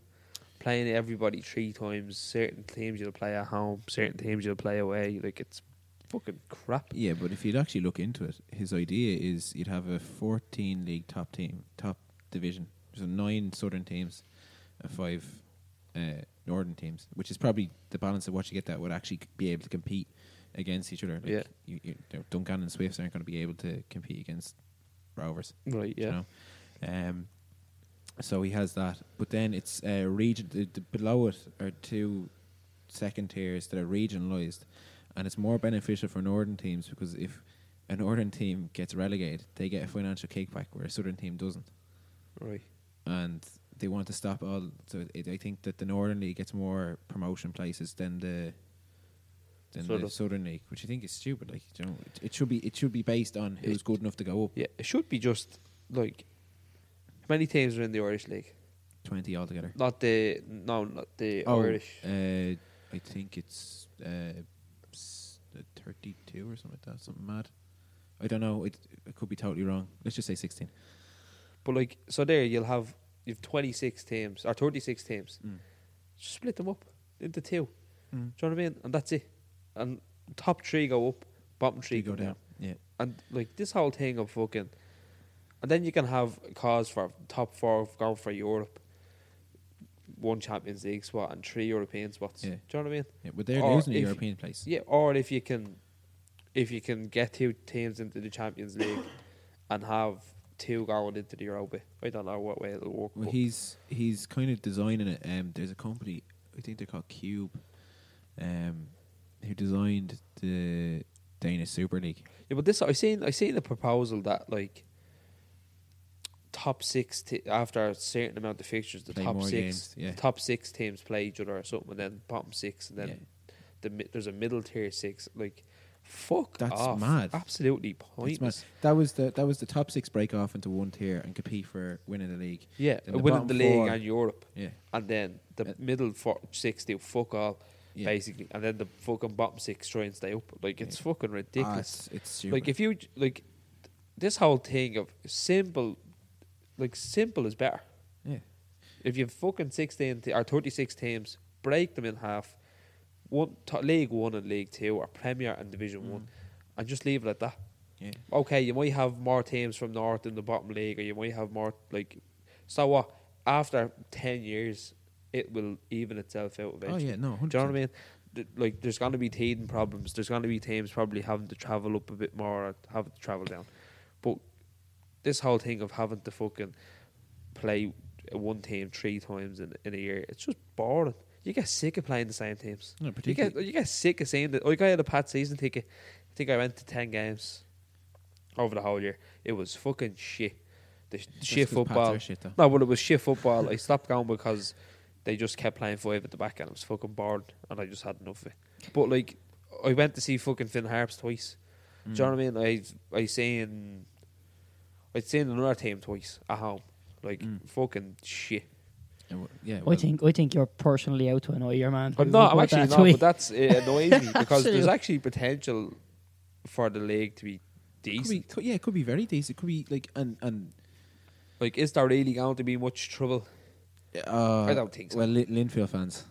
Speaker 2: Playing everybody three times, certain teams you'll play at home, certain teams you'll play away. Like it's fucking crap.
Speaker 3: Yeah, but if you'd actually look into it, his idea is you'd have a 14 league top team, top division. So nine southern teams, and uh, five uh, northern teams, which is probably the balance of what you get that would actually be able to compete against each other. Like
Speaker 2: Yeah.
Speaker 3: you, you know, Duncan and Swifts aren't going to be able to compete against Rovers.
Speaker 2: Right,
Speaker 3: you
Speaker 2: yeah.
Speaker 3: know? Um, so he has that, but then it's uh, region the, the below it are two second tiers that are regionalised, and it's more beneficial for northern teams because if a northern team gets relegated, they get a financial kickback where a southern team doesn't
Speaker 2: Right.
Speaker 3: and they want to stop all. So it, I think that the Northern League gets more promotion places than the than
Speaker 2: Southern.
Speaker 3: the Southern League, which I think is stupid. Like you know, it, it should be it should be based on who's
Speaker 2: It-
Speaker 3: good enough to go up
Speaker 2: Yeah, it should be just like how many teams are in the Irish league?
Speaker 3: twenty altogether.
Speaker 2: Not the no, not the
Speaker 3: Oh,
Speaker 2: Irish.
Speaker 3: Uh, I think it's uh, s- uh, thirty-two or something like that. Something mad. I don't know. It, it could be totally wrong. Let's just say sixteen.
Speaker 2: But like, so there you'll have you've twenty six teams or thirty six teams.
Speaker 3: Mm.
Speaker 2: Just split them up into two.
Speaker 3: Mm.
Speaker 2: Do you know what I mean? And that's it. And top three go up, bottom three
Speaker 3: You go down. Yeah.
Speaker 2: And like this whole thing of fucking, and then you can have a cause for top four going for Europe, one Champions League spot and three European spots.
Speaker 3: Yeah.
Speaker 2: Do you know what I mean?
Speaker 3: yeah. But they're
Speaker 2: Or
Speaker 3: losing a
Speaker 2: if-
Speaker 3: European place.
Speaker 2: Yeah, or if you can, if you can get two teams into the Champions League, <coughs> and have two going into the Europa. I don't know what way it'll work.
Speaker 3: Well,
Speaker 2: but-
Speaker 3: he's he's kind of designing it. Um, there's a company I think they're called Cube, um, who designed the Danish Super League.
Speaker 2: Yeah, but this I seen I seen a proposal that like top six t- after a certain amount of fixtures, the
Speaker 3: Play
Speaker 2: top
Speaker 3: more
Speaker 2: six,
Speaker 3: games, yeah.
Speaker 2: the top six teams play each other or something, and then bottom six, and then the mi- there's a middle tier six. Like, fuck,
Speaker 3: That's
Speaker 2: off.
Speaker 3: mad.
Speaker 2: Absolutely
Speaker 3: It's mad.
Speaker 2: pointless.
Speaker 3: That was the that was the top six break off into one tier and compete for winning the league.
Speaker 2: Yeah,
Speaker 3: Then the
Speaker 2: winning
Speaker 3: bottom
Speaker 2: the league
Speaker 3: four-
Speaker 2: and Europe,
Speaker 3: Yeah,
Speaker 2: and then the
Speaker 3: Uh,
Speaker 2: middle four, six do fuck all.
Speaker 3: Yeah.
Speaker 2: Basically, and then the fucking bottom six try and stay up. Like it's
Speaker 3: Yeah.
Speaker 2: fucking
Speaker 3: Ah,
Speaker 2: ridiculous.
Speaker 3: it's, it's stupid.
Speaker 2: Like if you like this whole thing of simple, like simple is better.
Speaker 3: yeah,
Speaker 2: If you have fucking sixteen te- or thirty six teams, break them in half. One to league one and league two, or Premier and Division
Speaker 3: Mm.
Speaker 2: one, and just leave it at that.
Speaker 3: yeah,
Speaker 2: Okay, you might have more teams from North in the bottom league, or you might have more like. So what? After ten years, it will even itself out eventually.
Speaker 3: oh yeah, no, 100%.
Speaker 2: Do you know what I mean? Th- Like, there's going to be teething problems. There's going to be teams probably having to travel up a bit more, or having to travel down. But this whole thing of having to fucking play one team three times in, in a year, it's just boring. You get sick of playing the same teams.
Speaker 3: No,
Speaker 2: You get
Speaker 3: particularly
Speaker 2: you get sick of seeing that. Like I had a pat season ticket. I think I went to ten games over the whole year. It was fucking shit. The sh-
Speaker 3: That's
Speaker 2: shit
Speaker 3: 'cause Pats
Speaker 2: football.
Speaker 3: are shit, though.
Speaker 2: No, but it was shit football. I stopped going because they just kept playing five at the back, and I was fucking bored, and I just had enough of it. But like, I went to see fucking Finn Harps twice. Do you know what I mean? I I seen I'd seen another team twice at home. Like fucking shit.
Speaker 3: Yeah, well- yeah,
Speaker 1: I
Speaker 3: well,
Speaker 1: think I think you're personally out to annoy your man.
Speaker 2: I'm
Speaker 1: who
Speaker 2: not. I'm
Speaker 1: bought
Speaker 2: actually
Speaker 1: that
Speaker 2: not. But
Speaker 1: tweet.
Speaker 2: that's it annoys me because there's
Speaker 1: Absolutely.
Speaker 2: actually potential for the league to be
Speaker 3: it could be,
Speaker 2: decent.
Speaker 3: could- yeah, it could be very decent. It could be like and and
Speaker 2: Like, is there really going to be much trouble?
Speaker 3: uh,
Speaker 2: I don't think so.
Speaker 3: Well, Lin- Linfield fans,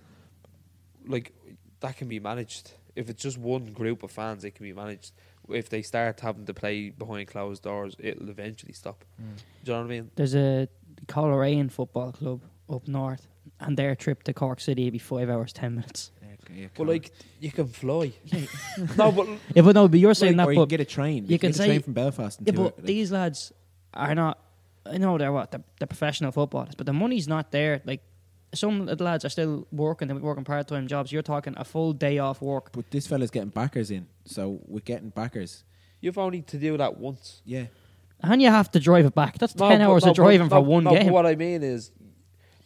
Speaker 2: Like, that can be managed. If it's just one group of fans, it can be managed. If they start having to play behind closed doors, it'll eventually stop.
Speaker 1: Mm.
Speaker 2: Do you know what I mean?
Speaker 1: There's a Coleraine football club up north, and their trip to Cork City would be five hours ten minutes.
Speaker 3: yeah,
Speaker 2: But like, you can
Speaker 1: <laughs>
Speaker 2: fly. no, but
Speaker 1: Yeah, but no, but you're saying
Speaker 3: or
Speaker 1: that,
Speaker 3: you
Speaker 1: but
Speaker 3: can get a train.
Speaker 1: you can
Speaker 3: get a train
Speaker 1: say-
Speaker 3: from Belfast. and
Speaker 1: Yeah,
Speaker 3: do
Speaker 1: but
Speaker 3: it, like-
Speaker 1: these lads are not. I know they're what they're, they're professional footballers, but the money's not there. Like some of the lads are still working, they're working part time jobs. You're talking a full day off work.
Speaker 3: But this fella's getting backers in, so we're getting backers.
Speaker 2: you've only to do that once.
Speaker 3: Yeah,
Speaker 1: And you have to drive it back. That's
Speaker 2: No,
Speaker 1: ten
Speaker 2: but-
Speaker 1: hours
Speaker 2: no,
Speaker 1: of
Speaker 2: but-
Speaker 1: driving for
Speaker 2: no,
Speaker 1: one
Speaker 2: no, but
Speaker 1: game.
Speaker 2: What I mean is,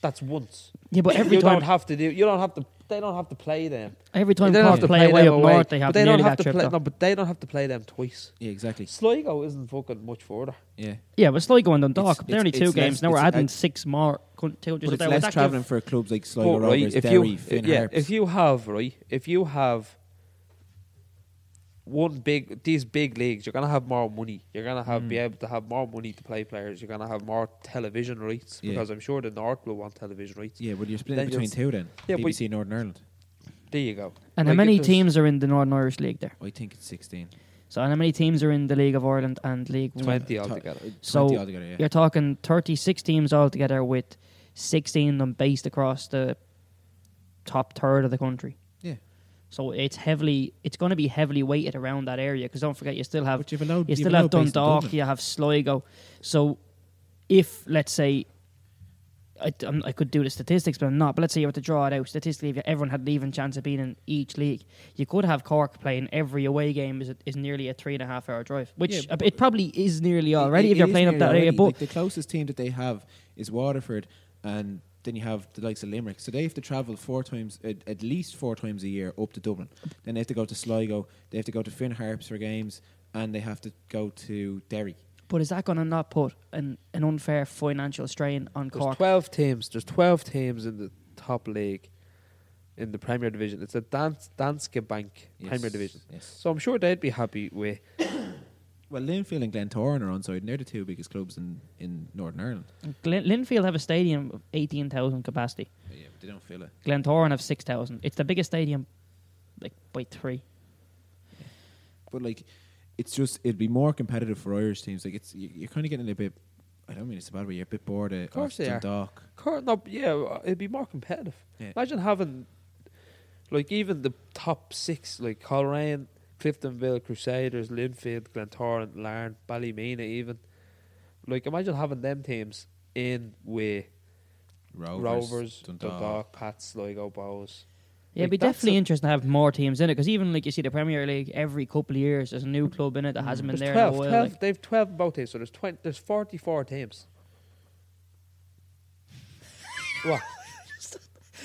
Speaker 2: that's once.
Speaker 1: yeah, but every
Speaker 2: you
Speaker 1: time,
Speaker 2: don't have to do. You don't have to. They don't have to play them.
Speaker 1: every time
Speaker 2: they
Speaker 1: Cork
Speaker 2: don't have to
Speaker 1: play,
Speaker 2: play,
Speaker 1: away
Speaker 2: them
Speaker 1: up
Speaker 2: away.
Speaker 1: north, they have
Speaker 2: but they
Speaker 1: nearly
Speaker 2: don't have
Speaker 1: that
Speaker 2: to
Speaker 1: trip.
Speaker 2: play.
Speaker 1: though.
Speaker 2: No, but they don't have to play them twice.
Speaker 3: yeah, exactly.
Speaker 2: Sligo isn't fucking much further.
Speaker 3: Yeah,
Speaker 1: Yeah, but Sligo and Dundalk,
Speaker 3: It's-
Speaker 1: they're only
Speaker 3: it's-
Speaker 1: two
Speaker 3: it's
Speaker 1: games.
Speaker 3: less-
Speaker 1: now we're
Speaker 3: it's-
Speaker 1: adding
Speaker 3: I-
Speaker 1: six more. countries to it.
Speaker 3: but it's
Speaker 1: Would that
Speaker 3: less
Speaker 1: give-
Speaker 3: traveling for clubs like Sligo
Speaker 2: But,
Speaker 3: Rovers,
Speaker 2: if
Speaker 3: Derry,
Speaker 2: you,
Speaker 3: Finn
Speaker 2: yeah,
Speaker 3: Harps.
Speaker 2: if you have right, if you have one big these big leagues, you're gonna have more money. You're gonna have be able to have more money to play players. You're gonna have more television rights
Speaker 3: Yeah.
Speaker 2: because I'm sure the North will want television rights.
Speaker 3: yeah, well, you're splitting
Speaker 2: Then
Speaker 3: between
Speaker 2: you're
Speaker 3: two then.
Speaker 2: Yeah, but-
Speaker 3: BBC Northern Ireland.
Speaker 2: There you go.
Speaker 1: And
Speaker 2: Like,
Speaker 1: how
Speaker 2: if
Speaker 1: many
Speaker 2: there's-
Speaker 1: teams are in the Northern Irish League there?
Speaker 3: I think it's 16.
Speaker 1: So, and how many teams are in the League of Ireland and League One?
Speaker 2: Twenty altogether.
Speaker 1: So
Speaker 3: 20 altogether, yeah.
Speaker 1: you're talking 36 teams altogether with 16 of them based across the top third of the country.
Speaker 3: Yeah.
Speaker 1: So it's heavily, it's going to be heavily weighted around that area because don't forget you still have
Speaker 3: But you've allowed
Speaker 1: you
Speaker 3: you've
Speaker 1: still
Speaker 3: allowed
Speaker 1: have
Speaker 3: based in
Speaker 1: Dundalk,
Speaker 3: Dublin.
Speaker 1: you have Sligo. So if let's say I, I'm- I could do the statistics, but I'm not. But let's say you were to draw it out statistically, if everyone had an even chance of being in each league, you could have Cork playing every away game is is nearly a three and a half hour drive, which
Speaker 3: Yeah,
Speaker 1: uh, it probably is nearly already
Speaker 3: It-
Speaker 1: if
Speaker 3: it
Speaker 1: you're
Speaker 3: is
Speaker 1: playing up
Speaker 3: nearly
Speaker 1: that area.
Speaker 3: already.
Speaker 1: But
Speaker 3: Like, the closest team that they have is Waterford, and then you have the likes of Limerick. So they have to travel four times, at, at least four times a year, up to Dublin. Then they have to go to Sligo. They have to go to Finn Harps for games, and they have to go to Derry.
Speaker 1: but is that going to not put an, an unfair financial strain on
Speaker 2: There's
Speaker 1: Cork?
Speaker 2: twelve teams. There's twelve teams in the top league, in the Premier Division. It's a Dans- Danske Bank Premier
Speaker 3: Yes,
Speaker 2: Division.
Speaker 3: Yes.
Speaker 2: So I'm sure they'd be happy with.
Speaker 3: Well, Linfield and Glentoran are on side, and they're the two biggest clubs in, in Northern Ireland.
Speaker 1: Glen, Linfield have a stadium of eighteen thousand capacity.
Speaker 3: yeah, but they don't feel it.
Speaker 1: Glentoran have six thousand. It's the biggest stadium, like by three.
Speaker 3: But like, it's just it'd be more competitive for Irish teams. Like it's you, you're kind of getting a bit. I don't mean it's a bad way. You're a bit bored of,
Speaker 2: course
Speaker 3: of
Speaker 2: they are.
Speaker 3: Dundalk.
Speaker 2: Cor- No, yeah, uh, it'd be more competitive.
Speaker 3: Yeah.
Speaker 2: Imagine having, like, even the top six, like Coleraine, Cliftonville, Crusaders, Linfield, Glentoran, Larne, Ballymena, even. Like, imagine having them teams in with
Speaker 3: Rovers,
Speaker 2: Rovers, Dundalk,
Speaker 3: Dundalk.
Speaker 2: Pats, Sligo, Bows.
Speaker 1: Yeah,
Speaker 2: Like,
Speaker 1: it'd be
Speaker 2: that's
Speaker 1: definitely
Speaker 2: a-
Speaker 1: interesting to have more teams in it because even like you see the Premier League every couple of years, there's a new club in it that hasn't been
Speaker 2: Mm. There's
Speaker 1: there
Speaker 2: 12,
Speaker 1: in a while.
Speaker 2: 12
Speaker 1: like-
Speaker 2: they've 12 in both teams, so there's 20, there's 44 teams. <laughs> what?
Speaker 1: <laughs>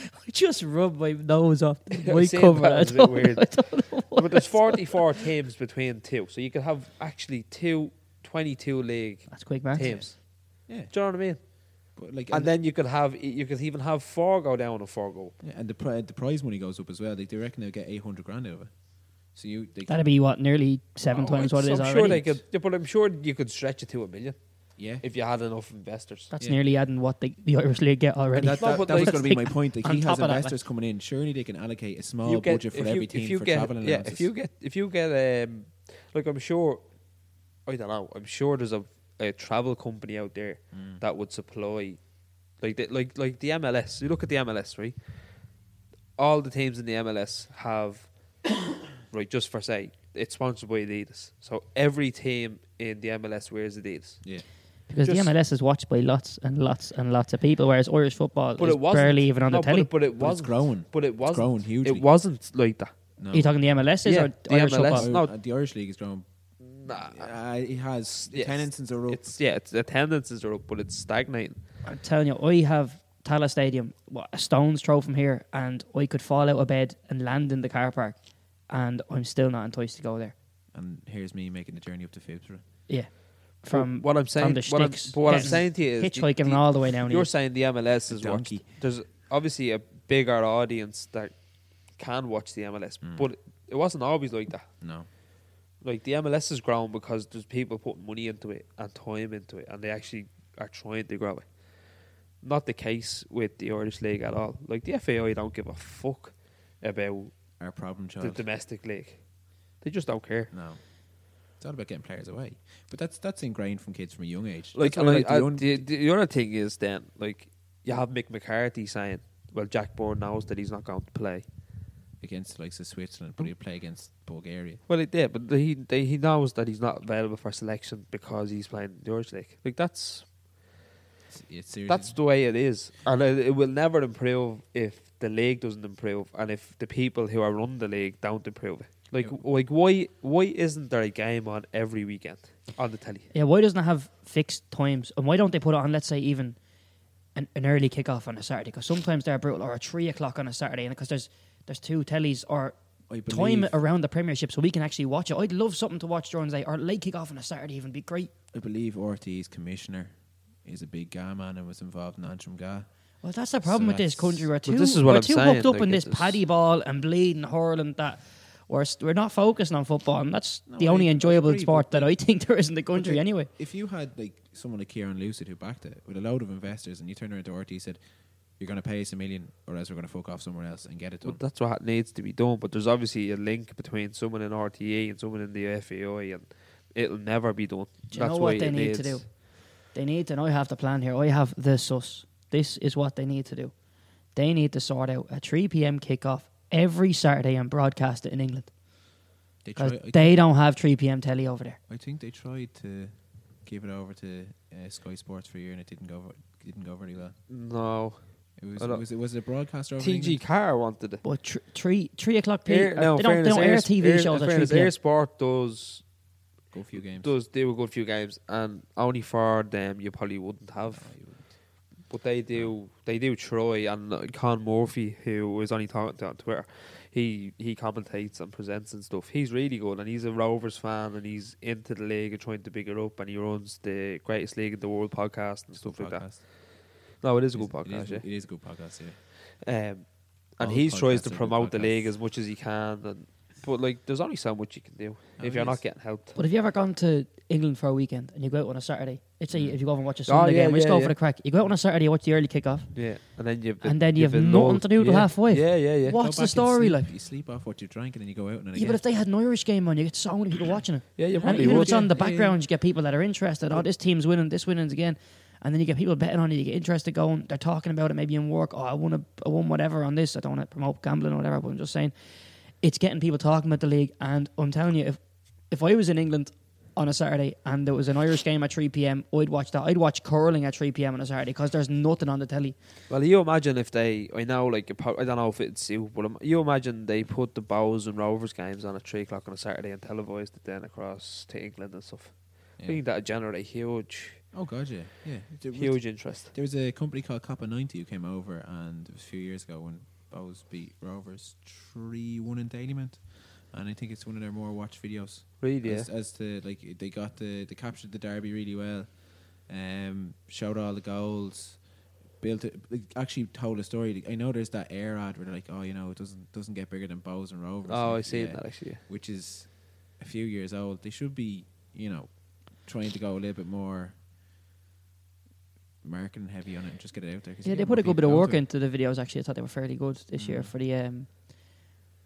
Speaker 1: I just rubbed my nose
Speaker 2: <laughs>
Speaker 1: off the
Speaker 2: I
Speaker 1: mic
Speaker 2: said
Speaker 1: cover.
Speaker 2: that
Speaker 1: I
Speaker 2: was a bit
Speaker 1: don't-
Speaker 2: weird.
Speaker 1: I don't know why.
Speaker 2: but there's 44 teams between two, so you could have actually two 22 league
Speaker 1: <laughs> That's quick maths.
Speaker 2: teams. Do
Speaker 3: Yeah,
Speaker 2: you know what I mean?
Speaker 3: but like
Speaker 2: And then you could have you could even have four go down and four go. up.
Speaker 3: Yeah, and the pri- the prize money goes up as well. Like they reckon they'll get eight hundred grand out of it. So you they,
Speaker 1: That'd be what nearly seven
Speaker 2: Oh,
Speaker 1: times
Speaker 2: I-
Speaker 1: what it
Speaker 2: so
Speaker 1: is
Speaker 2: I'm
Speaker 1: already.
Speaker 2: sure they could, yeah, but I'm sure you could stretch it to a million
Speaker 3: yeah.
Speaker 2: if you had enough investors.
Speaker 1: That's
Speaker 3: yeah.
Speaker 1: nearly adding what the, the Irish League get
Speaker 3: And
Speaker 1: already.
Speaker 3: that,
Speaker 2: No,
Speaker 3: that,
Speaker 2: but
Speaker 3: that was
Speaker 2: like-
Speaker 3: going to be my point. Like
Speaker 1: on
Speaker 3: he
Speaker 1: top
Speaker 3: has
Speaker 1: of that,
Speaker 3: investors coming in. Surely they can allocate a small
Speaker 2: you get,
Speaker 3: budget for
Speaker 2: if
Speaker 3: every
Speaker 2: you,
Speaker 3: team
Speaker 2: if you
Speaker 3: for
Speaker 2: get,
Speaker 3: traveling.
Speaker 2: yeah,
Speaker 3: allowances.
Speaker 2: if you get if you get um, like I'm sure, I don't know. I'm sure there's a, a travel company out there
Speaker 1: Mm.
Speaker 2: that would supply, like the, like like the MLS. You look at the MLS, right? All the teams in the MLS have, <coughs> right? Just for say, it's sponsored by Adidas. So every team in the MLS wears Adidas.
Speaker 3: yeah,
Speaker 1: because the
Speaker 2: just-
Speaker 1: MLS is watched by lots and lots and lots of people, whereas Irish football
Speaker 2: But
Speaker 1: is
Speaker 2: it wasn't
Speaker 1: barely even on
Speaker 2: no,
Speaker 1: the
Speaker 2: but
Speaker 1: telly.
Speaker 2: it- But it
Speaker 3: But it's
Speaker 2: wasn't
Speaker 3: growing.
Speaker 2: But it wasn't
Speaker 3: growing hugely.
Speaker 2: It wasn't like that.
Speaker 3: no.
Speaker 1: Are you talking the MLS
Speaker 2: Yeah,
Speaker 1: or
Speaker 2: the
Speaker 1: Irish
Speaker 2: MLS.
Speaker 1: football?
Speaker 2: no.
Speaker 3: Our- the Irish league is growing.
Speaker 2: Nah.
Speaker 3: Uh, it has
Speaker 2: Yes.
Speaker 3: attendance are up.
Speaker 2: It's yeah, it's attendances are up, but it's stagnating.
Speaker 1: I'm telling you, I have Tala Stadium, what, a stone's throw from here, and I could fall out of bed and land in the car park, and I'm still not enticed to go there.
Speaker 3: and here's me making the journey up to Fibsborough.
Speaker 1: Yeah, from
Speaker 2: what I'm saying,
Speaker 1: from the
Speaker 2: what I'm,
Speaker 1: sticks,
Speaker 2: but what I'm
Speaker 1: getting
Speaker 2: saying to you is the-
Speaker 1: hitchhiking
Speaker 2: the-
Speaker 1: all the way down
Speaker 2: You're
Speaker 1: here.
Speaker 2: saying the MLS is watched.
Speaker 3: Donkey.
Speaker 2: There's obviously a bigger audience that can watch the MLS, but it wasn't always like that.
Speaker 3: No,
Speaker 2: Like the MLS has grown because there's people putting money into it and time into it, and they actually are trying to grow it. Not the case with the Irish league at all. Like the FAI don't give a fuck about
Speaker 3: our problem
Speaker 2: the
Speaker 3: child.
Speaker 2: domestic league. They just don't care.
Speaker 3: no, it's all about getting players away. But that's that's ingrained from kids from a young age.
Speaker 2: Like,
Speaker 3: That's
Speaker 2: and
Speaker 3: why,
Speaker 2: I,
Speaker 3: like, the
Speaker 2: I-
Speaker 3: young-
Speaker 2: the, the, the other thing is then, like, you have Mick McCarthy saying, well, Jack Bourne knows that he's not going to play.
Speaker 3: against the likes of Switzerland, but he'll play against Bulgaria.
Speaker 2: Well, it did, but he they, he knows that he's not available for selection because he's playing the Irish League. Like, that's
Speaker 3: It's, it's serious.
Speaker 2: that's the way it is. And it, it will never improve if the league doesn't improve and if the people who are run the league don't improve it. Like,
Speaker 3: Yeah.
Speaker 2: like why why isn't there a game on every weekend on the telly?
Speaker 1: Yeah, why doesn't it have fixed times? And why don't they put it on, let's say, even an, an early kickoff on a Saturday? Because sometimes they're brutal, or a three o'clock on a Saturday, and because there's there's two tellies or
Speaker 3: I
Speaker 1: time
Speaker 3: believe-
Speaker 1: around the Premiership, so we can actually watch it. I'd love something to watch during the day, or late kickoff on a Saturday even be great.
Speaker 3: I believe RT's commissioner is a big guy man and was involved in Antrim Ga.
Speaker 1: Well, that's the problem with this
Speaker 3: that's-
Speaker 1: country. We're too,
Speaker 2: this is what
Speaker 1: we're
Speaker 2: I'm
Speaker 1: too
Speaker 2: saying,
Speaker 1: hooked up
Speaker 2: like,
Speaker 1: in this
Speaker 2: it is-
Speaker 1: paddy ball and bleeding, hurling that we're, st- we're not focusing on football. And that's
Speaker 3: No,
Speaker 1: the
Speaker 3: I-
Speaker 1: only
Speaker 3: I
Speaker 1: enjoyable
Speaker 3: agree,
Speaker 1: sport
Speaker 3: but-
Speaker 1: that I <laughs> think there is in the country
Speaker 3: like,
Speaker 1: anyway.
Speaker 3: If you had like someone like Kieran Lucid who backed it with a load of investors and you turned around to RT and said, You're gonna pay us a million or else we're gonna fuck off somewhere else and get it
Speaker 2: Well,
Speaker 3: done.
Speaker 2: that's what needs to be done. But there's obviously a link between someone in RTA and someone in the FAI, and it'll never be done.
Speaker 1: Do you
Speaker 2: that's
Speaker 1: know
Speaker 2: why
Speaker 1: what they
Speaker 2: it
Speaker 1: need to do?
Speaker 2: needs-
Speaker 1: They need, and I have the plan here. I have the sus. This is what they need to do. They need to sort out a 3 p.m. kickoff every Saturday and broadcast it in England
Speaker 3: They
Speaker 1: because
Speaker 3: try, I,
Speaker 1: they don't have 3 p.m. telly over there.
Speaker 3: I think they tried to give it over to uh, Sky Sports for a year, and it didn't go it didn't go very well.
Speaker 2: No.
Speaker 3: It was
Speaker 2: I don't-
Speaker 3: was it was it a broadcaster over
Speaker 2: TG
Speaker 3: in England?
Speaker 2: Carr wanted it.
Speaker 1: But tr- three three o'clock
Speaker 2: Air,
Speaker 1: p.m.
Speaker 2: no,
Speaker 1: they don't, they
Speaker 2: fairness,
Speaker 1: don't air
Speaker 2: Air-
Speaker 1: TV
Speaker 2: Air-
Speaker 1: shows at three
Speaker 2: fairness,
Speaker 1: p.m.
Speaker 2: Air Sport does
Speaker 3: Go a few games.
Speaker 2: does do a good few games, and only for them you probably wouldn't have.
Speaker 3: No, you wouldn't.
Speaker 2: But they do, they do try. And uh, Con Murphy, who was only talking on Twitter, he he commentates and presents and stuff. He's really good, and he's a Rovers fan, and he's into the league and trying to big it up. And he runs the greatest league in the world podcast and
Speaker 3: It's a
Speaker 2: stuff
Speaker 3: good
Speaker 2: like that.
Speaker 3: podcast.
Speaker 2: No, it is a
Speaker 3: It
Speaker 2: good podcast.
Speaker 3: It is,
Speaker 2: yeah.
Speaker 3: it is a good podcast. Yeah.
Speaker 2: Um,
Speaker 3: All
Speaker 2: and he
Speaker 3: podcasts
Speaker 2: tries to
Speaker 3: are good
Speaker 2: promote the
Speaker 3: podcasts.
Speaker 2: league as much as he can. And but like, there's only so much you can do
Speaker 3: No,
Speaker 2: if
Speaker 3: it
Speaker 2: you're not
Speaker 3: is.
Speaker 2: getting helped.
Speaker 1: But have you ever gone to England for a weekend and you go out on a Saturday? Let's say if you go over and watch a
Speaker 2: Oh,
Speaker 1: Sunday
Speaker 2: yeah,
Speaker 1: game, we just
Speaker 2: yeah,
Speaker 1: go
Speaker 2: yeah.
Speaker 1: for the crack. You go out on a Saturday, you watch the early kickoff.
Speaker 2: Yeah, and then you've
Speaker 1: And then you
Speaker 2: you've
Speaker 1: have
Speaker 2: been
Speaker 1: nothing
Speaker 2: lulled.
Speaker 1: to do till
Speaker 2: yeah.
Speaker 1: half five.
Speaker 2: Yeah, yeah, yeah.
Speaker 1: What? What's the
Speaker 3: Go back and
Speaker 1: story
Speaker 3: sleep-
Speaker 1: like?
Speaker 3: You sleep off what you drank, and then you go out and
Speaker 1: Yeah, but if they had an Irish game on, you get so many people watching it.
Speaker 2: Yeah, you
Speaker 1: And
Speaker 2: probably
Speaker 1: even if
Speaker 2: would.
Speaker 1: it's on the
Speaker 3: Yeah, yeah, yeah.
Speaker 1: background, you get people that are interested. Oh, this team's winning, this winning's again. And then you get people betting on it, you get interested going, they're talking about it maybe in work. Oh, I won, a, I won whatever on this. I don't want to promote gambling or whatever, but I'm just saying it's getting people talking about the league. And I'm telling you, if, if I was in England on a Saturday and there was an Irish game at 3 p.m., I'd watch that. I'd watch curling at 3 p.m. on a Saturday because there's nothing on the telly.
Speaker 2: Well, you imagine if they, I know, like, it prob- I don't know if it's you, but im- you imagine they put the Bows and Rovers games on at 3 o'clock on a Saturday and televised it then across to England and stuff. I
Speaker 3: Yeah.
Speaker 2: think that would generate huge,
Speaker 3: Oh god, yeah, yeah. There was-
Speaker 2: huge interest.
Speaker 3: There was a company called Coppa Ninety who came over, and it was a few years ago when Bowes beat Rovers three one in Dalymount, and I think it's one of their more watched videos.
Speaker 2: Really, yeah.
Speaker 3: As, as to like they got the they captured the derby really well, um, showed all the goals, built it. like, Actually, told a story. I know there's that air ad where they're like, oh, you know, it doesn't doesn't get bigger than Bowes and Rovers.
Speaker 2: Oh,
Speaker 3: Like,
Speaker 2: I seen
Speaker 3: yeah,
Speaker 2: that actually.
Speaker 3: Which is a few years old. They should be, you know, trying to go a little bit more marketing heavy on it and just get it out there. 'cause
Speaker 1: Yeah,
Speaker 3: you
Speaker 1: they
Speaker 3: get
Speaker 1: put
Speaker 3: more
Speaker 1: a good bit
Speaker 3: people
Speaker 1: of
Speaker 3: going
Speaker 1: work
Speaker 3: to it.
Speaker 1: into the videos. Actually, I thought they were fairly good this year
Speaker 3: Mm.
Speaker 1: for the um,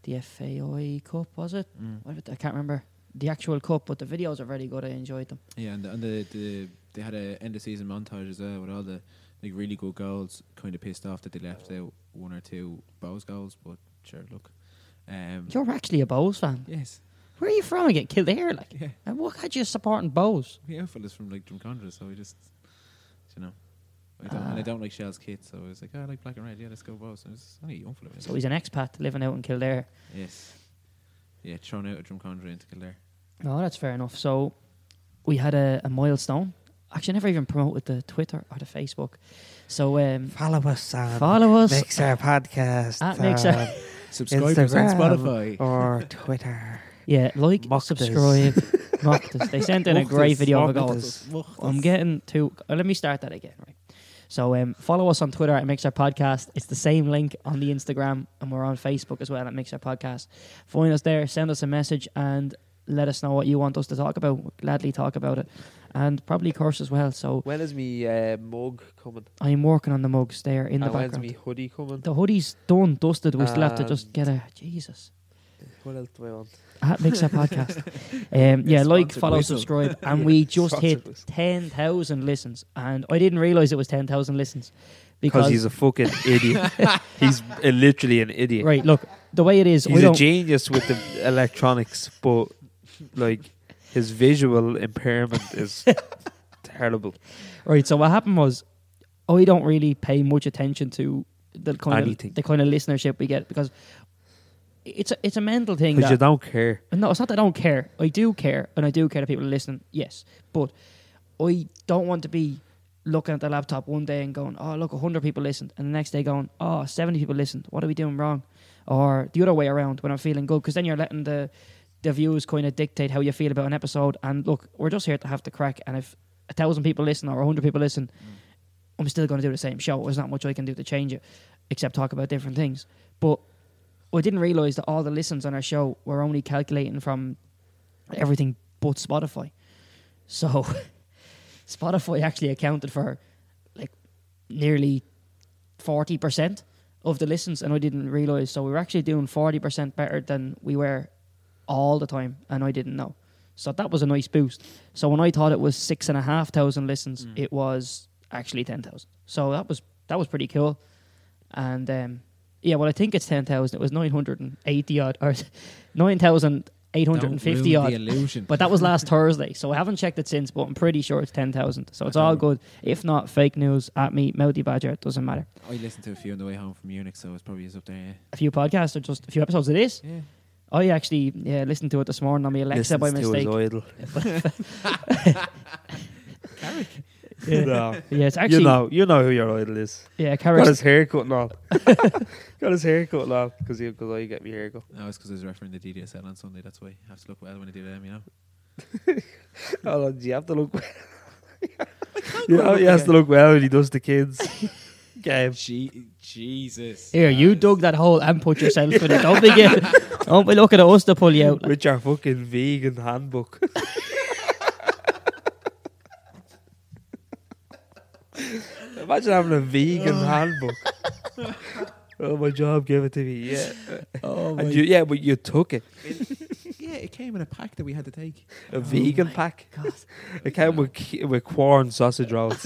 Speaker 1: the FAI E Cup, was it?
Speaker 3: Mm.
Speaker 1: What, I can't remember the actual cup, but the videos are very good. I enjoyed them.
Speaker 3: Yeah, and, the, and the, the they had a end of season montage as well with all the like really good goals. Kind of pissed off that they left out one or two Bowes goals, but sure, look. Um,
Speaker 1: You're actually a Bowes fan.
Speaker 3: yes,
Speaker 1: Where are you from? I get killed here, like.
Speaker 3: yeah.
Speaker 1: And what had you supporting Bowes?
Speaker 3: The outfit is from like Drumcondra, so we just you know. I don't, and I
Speaker 1: Ah.
Speaker 3: don't like Shell's kit, so I was like, oh, I like black and red. Yeah, let's go Bowes. And it's only a young fella.
Speaker 1: So he's an expat living out in Kildare.
Speaker 3: Yes. Yeah, thrown out of Drumcondra into Kildare.
Speaker 1: No, that's fair enough. So we had a, a milestone. Actually, I never even promoted the Twitter or the Facebook. So um,
Speaker 5: Follow us on
Speaker 1: follow us
Speaker 5: Mixer Podcast.
Speaker 1: at Mixer.
Speaker 3: Subscribe to us on
Speaker 5: Instagram.
Speaker 3: Spotify.
Speaker 4: Oh,
Speaker 5: or Twitter.
Speaker 1: Yeah, like,
Speaker 5: Mocked us. <laughs>
Speaker 1: subscribe, mocked us. They sent in a
Speaker 5: Mocked
Speaker 1: great
Speaker 5: us,
Speaker 1: video of a
Speaker 5: mocked
Speaker 1: goal.
Speaker 5: us, mocked
Speaker 1: I'm
Speaker 5: us.
Speaker 1: getting to. uh, let me start that again. Right. So um, follow us on Twitter at Mixer Podcast. It's the same link on the Instagram, and we're on Facebook as well at Mixer Podcast. Find us there, send us a message, and let us know what you want us to talk about. We'll gladly talk about it, and probably curse as well. So
Speaker 2: When is me uh, mug coming?
Speaker 1: I'm working on the mugs. They are in the
Speaker 2: and when's
Speaker 1: background.
Speaker 2: me hoodie coming?
Speaker 1: The hoodie's done, dusted. We still have to just
Speaker 2: Um,
Speaker 1: get a Jesus.
Speaker 2: What else do I want?
Speaker 1: at Mixer
Speaker 2: <laughs>
Speaker 1: Podcast. Um, yeah, like,
Speaker 3: Sponsored
Speaker 1: follow,
Speaker 3: whistle.
Speaker 1: subscribe, and we just
Speaker 2: Sponsored
Speaker 1: hit ten thousand listens. And I didn't realize it was ten thousand listens because
Speaker 2: he's a fucking
Speaker 1: <laughs>
Speaker 2: idiot. he's uh, literally an idiot.
Speaker 1: right. Look, the way it is, we
Speaker 2: He's a
Speaker 1: don't.
Speaker 2: genius with the electronics, but like his visual
Speaker 1: <laughs>
Speaker 2: impairment is terrible.
Speaker 1: right. So what happened was, I don't really pay much attention to the kind
Speaker 2: Anything.
Speaker 1: of the kind of listenership we get because it's a, it's a mental thing.
Speaker 2: Because
Speaker 1: That,
Speaker 2: you don't care.
Speaker 1: No, it's not that I don't care. I do care, and I do care that people listen. Yes, but I don't want to be looking at the laptop one day and going, "Oh, look, hundred people listened," and the next day going, "Oh, 70 people listened. What are we doing wrong?" Or the other way around when I'm feeling good, because then you're letting the the views kind of dictate how you feel about an episode. And look, we're just here to have the crack. And if a thousand people listen or a hundred people listen, I'm still going to do the same show. There's not much I can do to change it, except talk about different things. But I didn't realize that all the listens on our show were only calculating from everything but Spotify. So <laughs> Spotify actually accounted for like nearly forty percent of the listens, and I didn't realize. So we were actually doing forty percent better than we were all the time, and I didn't know. So that was a nice boost. So when I thought it was six and a half thousand listens, it was actually ten thousand. So that was that was pretty cool. And um, yeah, well, I think it's 10,000. It was 980 odd, or <laughs> 9,850
Speaker 3: Don't ruin
Speaker 1: odd.
Speaker 3: the illusion.
Speaker 1: But that was last Thursday, so I haven't checked it since, but I'm pretty sure it's 10,000. So it's all good. If not, fake news at me, Melty Badger, it doesn't matter.
Speaker 3: I listened to a few on the way home from Munich, so it's probably is up there.
Speaker 1: A few podcasts or just a few episodes of this.
Speaker 3: Yeah. yeah.
Speaker 1: I actually yeah, listened to it this morning on my Alexa by
Speaker 2: Listens to his
Speaker 1: mistake. <laughs>
Speaker 2: idol.
Speaker 1: Yeah.
Speaker 2: <laughs> No.
Speaker 1: Yeah, it's actually
Speaker 2: you know, you know who your idol is.
Speaker 1: yeah,
Speaker 2: Got
Speaker 1: Carrick's
Speaker 2: his hair
Speaker 1: <laughs>
Speaker 2: cut and all. Got his hair cut and all because he because I get my hair cut.
Speaker 3: No, it's because I was referring to DDSL on Sunday. That's why I have to look well when I do them, you know.
Speaker 2: Oh, no, you have to look. well.
Speaker 1: <laughs>
Speaker 2: you know, he has to look well when he does
Speaker 1: <laughs>
Speaker 2: the kids. Game.
Speaker 3: Gee, Jesus.
Speaker 1: Here, you dug that hole and put yourself in it. Don't be, get, don't be looking at us to pull you
Speaker 2: <laughs>
Speaker 1: out.
Speaker 2: With your fucking vegan handbook. <laughs> Imagine having a vegan <laughs> handbook. oh, my job gave it to me. Yeah,
Speaker 3: Oh
Speaker 2: and you, yeah, but you took it.
Speaker 3: yeah, it came in a pack that we had to take.
Speaker 2: A vegan pack. It came with ki- with corn sausage <laughs> rolls.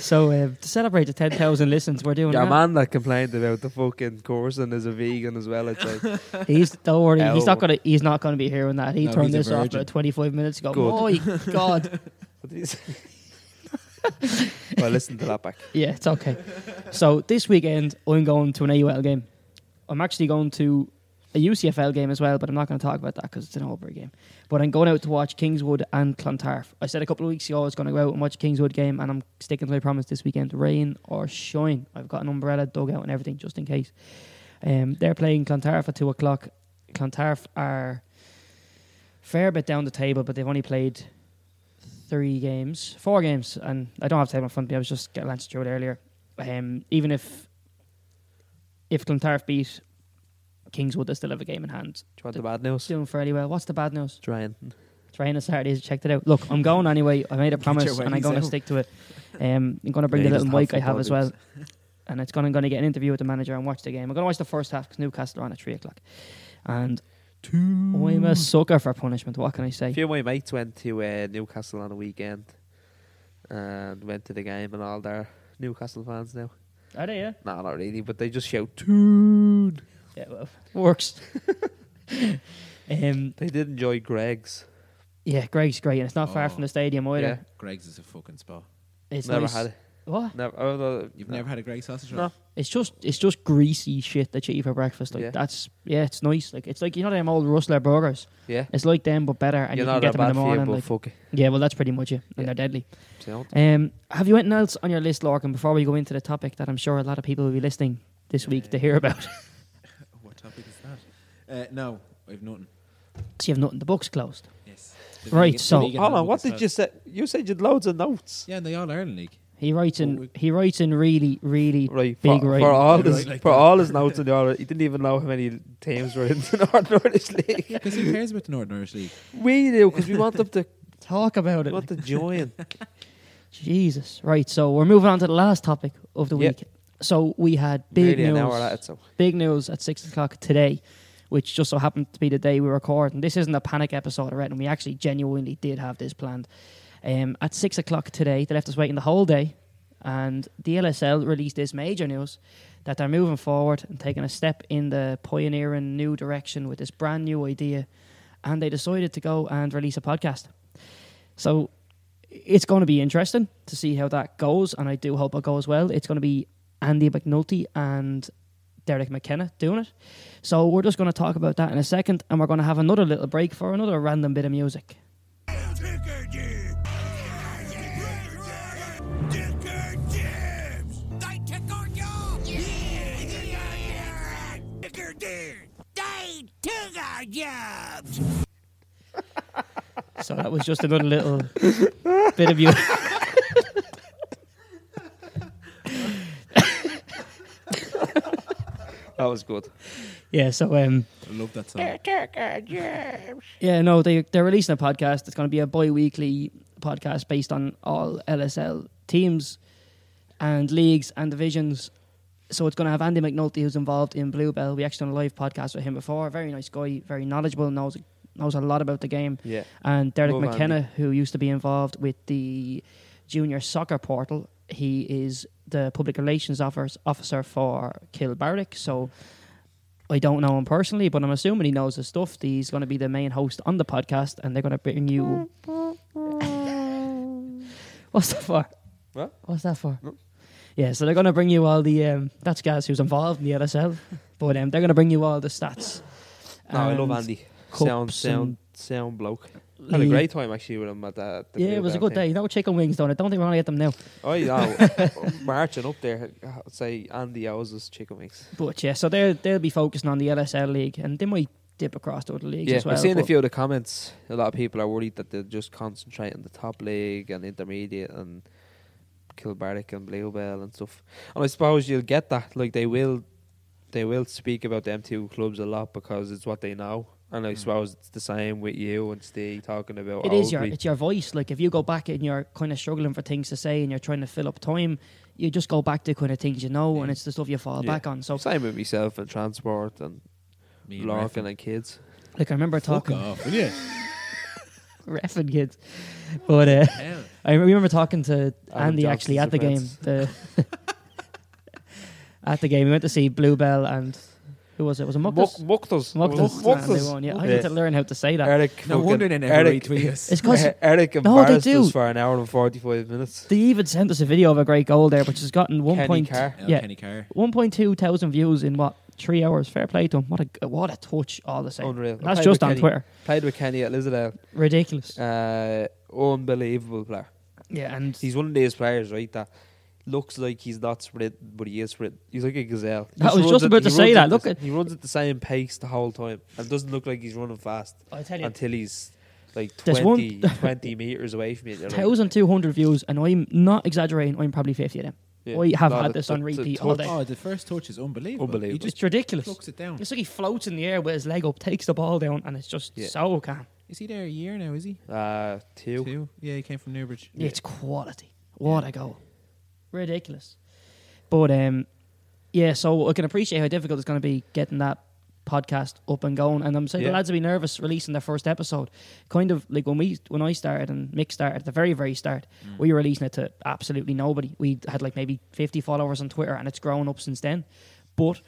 Speaker 1: So uh, to celebrate the ten thousand listens, we're doing
Speaker 2: Your
Speaker 1: that.
Speaker 2: man that complained about the fucking coursing is a vegan as well. It's like,
Speaker 1: He's don't worry, he's
Speaker 2: Ow.
Speaker 1: not gonna he's not gonna be hearing that. He
Speaker 3: No,
Speaker 1: turned
Speaker 3: he's a
Speaker 1: this off
Speaker 3: virgin.
Speaker 1: about twenty five minutes ago.
Speaker 2: Good.
Speaker 1: Oh my god,
Speaker 2: what did he <laughs> say? well, listen to that back.
Speaker 1: yeah, it's okay. So this weekend I'm going to an AUL game. I'm actually going to a UCFL game as well, but I'm not going to talk about that because it's an Aubrey game. But I'm going out to watch Kingswood and Clontarf. I said a couple of weeks ago I was going to go out and watch a Kingswood game, and I'm sticking to my promise this weekend, rain or shine. I've got an umbrella dug out and everything just in case. Um, they're playing Clontarf at two o'clock. Clontarf are fair bit down the table, but they've only played three games, four games, and I don't have time in front of me. I was just getting Lance through it earlier. Um, even if if Clontarf beat Kingswood, they still have a game in hand.
Speaker 2: Do you want the bad news?
Speaker 1: Doing fairly well. What's the bad news?
Speaker 2: Trying.
Speaker 1: It's raining Saturday. I checked it out. Look, I'm going anyway. I <laughs> made a promise,
Speaker 3: your
Speaker 1: and I'm
Speaker 3: wellies
Speaker 1: going to
Speaker 3: out.
Speaker 1: stick to it. Um, I'm going to bring
Speaker 2: Yeah, he
Speaker 1: the little
Speaker 2: doesn't have
Speaker 1: mic I have
Speaker 2: football
Speaker 1: as well, <laughs> and it's going. I'm going to get an interview with the manager and watch the game. I'm going to watch the first half because Newcastle are on at three o'clock, and I'm a sucker for punishment. What can I
Speaker 2: A
Speaker 1: say?
Speaker 2: few of my mates went to uh, Newcastle on a weekend and went to the game and all their Newcastle fans now.
Speaker 1: Are they? Yeah.
Speaker 2: No, not really, but they just shout "Toon."
Speaker 1: Yeah, well, <laughs> works. um,
Speaker 2: They did enjoy Greg's.
Speaker 1: yeah, Greg's great, and it's not far
Speaker 3: Oh,
Speaker 1: from the stadium either.
Speaker 3: Greg's is a fucking spot.
Speaker 1: It's
Speaker 2: never
Speaker 1: nice.
Speaker 2: had it.
Speaker 1: What?
Speaker 2: Never. Oh, no,
Speaker 3: You've
Speaker 2: no.
Speaker 3: never had a Greg sausage
Speaker 2: No.
Speaker 3: roll? Uh,
Speaker 1: It's just it's just greasy shit that you eat for breakfast. Like
Speaker 2: Yeah.
Speaker 1: that's yeah, it's nice. Like it's like you know them old Rustler burgers.
Speaker 2: Yeah.
Speaker 1: It's like them but better, and
Speaker 2: You're
Speaker 1: you
Speaker 2: not
Speaker 1: can get
Speaker 2: that
Speaker 1: them in
Speaker 2: bad
Speaker 1: the
Speaker 2: for you,
Speaker 1: morning.
Speaker 2: but
Speaker 1: like,
Speaker 2: fuck it.
Speaker 1: yeah, well, that's pretty much it, and
Speaker 2: Yeah.
Speaker 1: they're deadly.
Speaker 2: You know?
Speaker 1: Um, have you anything else on your list, Lorcan? Before we go into the topic that I'm sure a lot of people will be listening this week to hear about. <laughs>
Speaker 3: What topic is that? Uh, no, I've nothing.
Speaker 1: so you have nothing. The book's closed.
Speaker 3: Yes. The
Speaker 1: Right,
Speaker 3: the
Speaker 1: so-
Speaker 3: vegan
Speaker 2: Hold on,
Speaker 3: handbook
Speaker 2: what
Speaker 3: is
Speaker 2: did
Speaker 3: out.
Speaker 2: you say? You said you'd loads of notes.
Speaker 3: Yeah, in the All Ireland League.
Speaker 1: He writes
Speaker 3: Oh, we-
Speaker 1: in. He writes in really, really
Speaker 2: Right,
Speaker 1: big.
Speaker 2: for,
Speaker 1: writing.
Speaker 2: for all
Speaker 3: Right,
Speaker 2: his
Speaker 3: like
Speaker 2: for
Speaker 3: that.
Speaker 2: all his notes in the order, he didn't even know how many teams were in the North <laughs>
Speaker 1: <laughs>
Speaker 2: Irish League.
Speaker 3: Yeah, because who cares about the Northern Irish League?
Speaker 2: We do because we want them to
Speaker 1: Talk about it.
Speaker 2: want to join.
Speaker 1: Jesus. Right, so we're moving on to the last topic of the
Speaker 2: Yep.
Speaker 1: week. So we had big
Speaker 2: Nearly an hour at
Speaker 1: news.
Speaker 2: it, so
Speaker 1: Big news at six o'clock today, which just so happened to be the day we record. And this isn't a panic episode or anything. We actually genuinely did have this planned. Um, at six o'clock today, they left us waiting the whole day, and the LSL released this major news that they're moving forward and taking a step in the pioneering new direction with this brand new idea. And they decided to go and release a podcast. So it's going to be interesting to see how that goes, and I do hope it goes well. It's going to be Andy McNulty and Derek McKenna doing it. So we're just going to talk about that in a second, and we're going to have another little break for another random bit of music.
Speaker 6: They took our job! Yeah! Took our deer! They took our jobs!
Speaker 1: So that was just another little bit of music.
Speaker 2: that was good.
Speaker 1: Yeah. So um,
Speaker 3: I love that song.
Speaker 1: Yeah, no, they they're releasing a podcast. It's going to be a bi-weekly podcast based on all LSL teams and leagues and divisions. So it's going to have Andy McNulty, who's involved in Bluebell. We actually done a live podcast with him before. Very nice guy, very knowledgeable, knows knows a lot about the game.
Speaker 2: Yeah.
Speaker 1: And Derek
Speaker 2: Love
Speaker 1: McKenna,
Speaker 2: Andy.
Speaker 1: who used to be involved with the Junior Soccer Portal. He is the public relations office- officer for Kilbarrack. So I don't know him personally, but I'm assuming he knows his stuff. He's going to be the main host on the podcast, and they're going to bring you. <laughs> What's that for?
Speaker 2: What?
Speaker 1: What's that for? Yeah, so they're going to bring you all the. Um, that's guys who's involved in the LSL, but um, they're going to bring you all the stats.
Speaker 2: No, I love
Speaker 1: And-
Speaker 2: Andy.
Speaker 1: cups
Speaker 2: Sound, sound,
Speaker 1: and-
Speaker 2: sound bloke. Had a
Speaker 1: He-
Speaker 2: great time actually with him at that.
Speaker 1: Yeah, it was a good day. No chicken wings, though. and I don't think we're going to get them now. <laughs>
Speaker 2: Oh, yeah, marching up there. I'd say Andy owes us chicken wings.
Speaker 1: But yeah, so they'll they'll be focusing on the LSL league, and they might dip across to other leagues
Speaker 2: Yeah,
Speaker 1: as well.
Speaker 2: I've seen a
Speaker 1: but-
Speaker 2: few of the comments. A lot of people are worried that they'll just concentrate on the top league and intermediate and Kilbarrack and Bluebell and stuff. And I suppose you'll get that. Like they will, they will speak about them two clubs a lot because it's what they know. And I suppose it's the same with you and Steve talking about.
Speaker 1: Hmm. It is your
Speaker 2: Owsley.
Speaker 1: it's your voice. Like if you go back and you're kind of struggling for things to say and you're trying to fill up time, you just go back to kind of things you know, and it's the stuff you fall
Speaker 2: Yeah.
Speaker 1: back on. So
Speaker 2: same with myself and transport and
Speaker 3: Me and
Speaker 2: Larkin
Speaker 3: Reffin.
Speaker 2: and kids.
Speaker 1: like I remember
Speaker 3: Fuck
Speaker 1: <laughs> talking
Speaker 3: off, will you?
Speaker 1: refing kids, but uh,
Speaker 3: Hell.
Speaker 1: I remember talking to
Speaker 2: Adam
Speaker 1: Andy actually at
Speaker 2: Johnson's
Speaker 1: the game. The <laughs> at the game, we went to see Bluebell and who was it? Was it Muktas?
Speaker 2: Muktas.
Speaker 1: Muktas. And they won, Yeah, I had to learn how to say that.
Speaker 2: Eric.
Speaker 3: No wonder they never
Speaker 2: Eric, <laughs>
Speaker 1: <laughs>
Speaker 3: retweet us.
Speaker 1: It's because
Speaker 2: Eric
Speaker 1: they
Speaker 2: embarrassed
Speaker 1: do.
Speaker 2: us for an hour and 45 minutes.
Speaker 1: They even sent us a video of a great goal there, which has gotten one
Speaker 2: Kenny
Speaker 1: point,
Speaker 2: Carr.
Speaker 3: El
Speaker 1: yeah,
Speaker 3: Kenny Carr.
Speaker 1: 1.2 thousand views in what three hours. Fair play to him. What a what a touch! All the same,
Speaker 2: Unreal.
Speaker 1: That's
Speaker 2: Played
Speaker 1: just
Speaker 2: Oh, with
Speaker 1: on
Speaker 2: Kenny.
Speaker 1: Twitter.
Speaker 2: Played with Kenny at Lizardale.
Speaker 1: Ridiculous.
Speaker 2: Uh, unbelievable player.
Speaker 1: yeah, and
Speaker 2: He's one of these players, right, that looks like he's not sprinting, but he is sprinting. He's like a gazelle. He
Speaker 1: I was
Speaker 2: runs
Speaker 1: just
Speaker 2: at-
Speaker 1: about
Speaker 2: he
Speaker 1: to say
Speaker 2: runs
Speaker 1: that.
Speaker 2: the
Speaker 1: Look
Speaker 2: s-
Speaker 1: at-
Speaker 2: he runs at the same pace the whole time and doesn't look like he's running fast
Speaker 1: I tell you,
Speaker 2: until he's like
Speaker 1: There's one- <laughs>
Speaker 2: 20, 20 meters away from you. and you're like,
Speaker 1: thousand two hundred views, and I'm not exaggerating. I'm probably fifty of them.
Speaker 2: yeah.
Speaker 1: We have
Speaker 2: No,
Speaker 1: had
Speaker 2: the-
Speaker 1: this on
Speaker 2: the- the
Speaker 1: repeat
Speaker 2: touch-
Speaker 1: all day.
Speaker 3: Oh, the first touch is unbelievable.
Speaker 2: Unbelievable.
Speaker 3: He just
Speaker 1: It's ridiculous.
Speaker 3: plucks it down.
Speaker 1: It's like he floats in the air with his leg up, takes the ball down, and it's just
Speaker 2: Yeah.
Speaker 1: so calm.
Speaker 3: Is he there a year now? Is he?
Speaker 2: Uh, two.
Speaker 3: Two. Yeah, he came from Newbridge.
Speaker 1: It's quality. What a goal. Ridiculous. But um yeah, so I can appreciate how difficult it's gonna be getting that podcast up and going. And I'm saying
Speaker 2: Yeah.
Speaker 1: the lads will be nervous releasing their first episode. Kind of like when we when I started and Mick started at the very, very start, we were releasing it to absolutely nobody. We had like maybe fifty followers on Twitter and it's grown up since then. But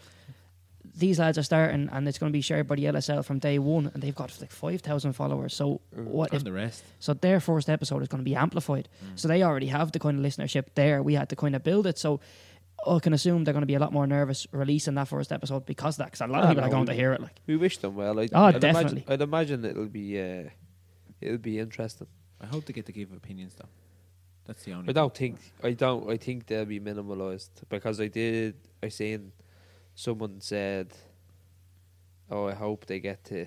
Speaker 1: these lads are starting and it's going to be shared by the LSL from day one and they've got like 5,000 followers. So what if
Speaker 3: And the rest.
Speaker 1: so their first episode is going to be amplified.
Speaker 2: Mm.
Speaker 1: So they already have the kind of listenership there. We had to kind of build it. So I can assume they're going to be a lot more nervous releasing that first episode because of that. Because a lot of
Speaker 2: Ah,
Speaker 1: people are
Speaker 2: no,
Speaker 1: going to
Speaker 2: we-
Speaker 1: hear it. Like
Speaker 2: We wish them well. I'd,
Speaker 1: Oh,
Speaker 2: I'd
Speaker 1: definitely.
Speaker 2: Imagine, I'd imagine it'll be uh, it'll be interesting.
Speaker 3: I hope they get to give opinions though. That's the only.
Speaker 2: I don't think I don't I think they'll be minimalised because I did I seen someone said, "Oh, I hope they get to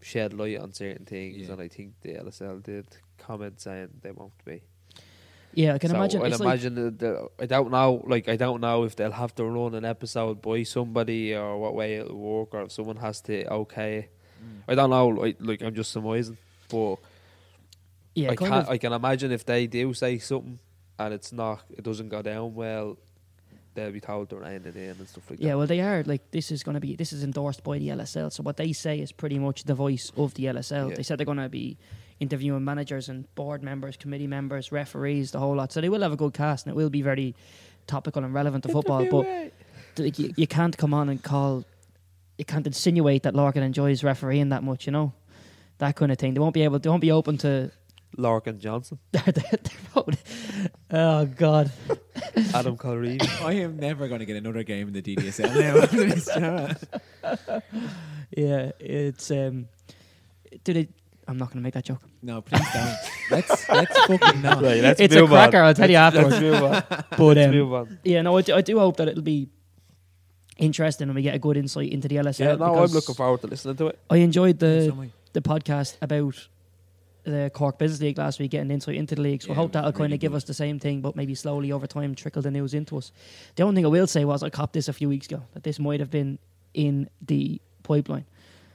Speaker 2: shed light on certain things,"
Speaker 3: Yeah.
Speaker 2: and I think the LSL did comment saying they won't be.
Speaker 1: yeah, I can
Speaker 2: So
Speaker 1: imagine.
Speaker 2: I'd
Speaker 1: it's like-
Speaker 2: imagine that they'll- I don't know. Like I don't know if they'll have to run an episode by somebody or what way it'll work, or if someone has to okay. it. I don't know. Like, like I'm just surmising, but
Speaker 1: yeah,
Speaker 2: I
Speaker 1: kind
Speaker 2: can
Speaker 1: of-
Speaker 2: I can imagine if they do say something and it's not, it doesn't go down well, they'll be told they're ended in and stuff like
Speaker 1: yeah.
Speaker 2: that.
Speaker 1: Well, they are like this is going to be this is endorsed by the LSL. So what they say is pretty much the voice of the LSL.
Speaker 2: Yeah.
Speaker 1: They said they're going to be interviewing managers and board members, committee members, referees, the whole lot. So they will have a good cast and it will be very topical and relevant to football. But th- you, you can't come on and call, you can't insinuate that Larkin enjoys refereeing that much, you know, that kind of thing. They won't be able, they won't be open to. <laughs>
Speaker 2: Larkin Johnson,
Speaker 1: oh God! <laughs>
Speaker 2: Adam Colreeve.
Speaker 3: <laughs>
Speaker 1: Um,
Speaker 3: I am never going to get another game in
Speaker 2: <laughs>
Speaker 3: the DDSL now. <laughs> after this, you know that?
Speaker 1: Yeah, it's um, do they? I'm not going to make that joke.
Speaker 3: no, please don't. Let's let's fucking not.
Speaker 2: let's
Speaker 1: it's a cracker. I'll tell you afterwards.
Speaker 2: move on.
Speaker 1: <laughs> But
Speaker 2: Let's
Speaker 1: um,
Speaker 2: move on.
Speaker 1: yeah, no, I do, I do hope that it'll be interesting and we get a good insight into the LSL.
Speaker 2: Yeah, no, I'm
Speaker 1: because
Speaker 2: looking forward to listening to it.
Speaker 1: I enjoyed
Speaker 3: In
Speaker 1: the
Speaker 3: some way.
Speaker 1: the podcast about the Cork Business League last week, getting insight into the league. So I
Speaker 3: Yeah,
Speaker 1: hope that'll
Speaker 3: really
Speaker 1: kind of give
Speaker 3: good.
Speaker 1: us the same thing, but maybe slowly over time trickle the news into us. The only thing I will say was I copped this a few weeks ago that this might have been in the pipeline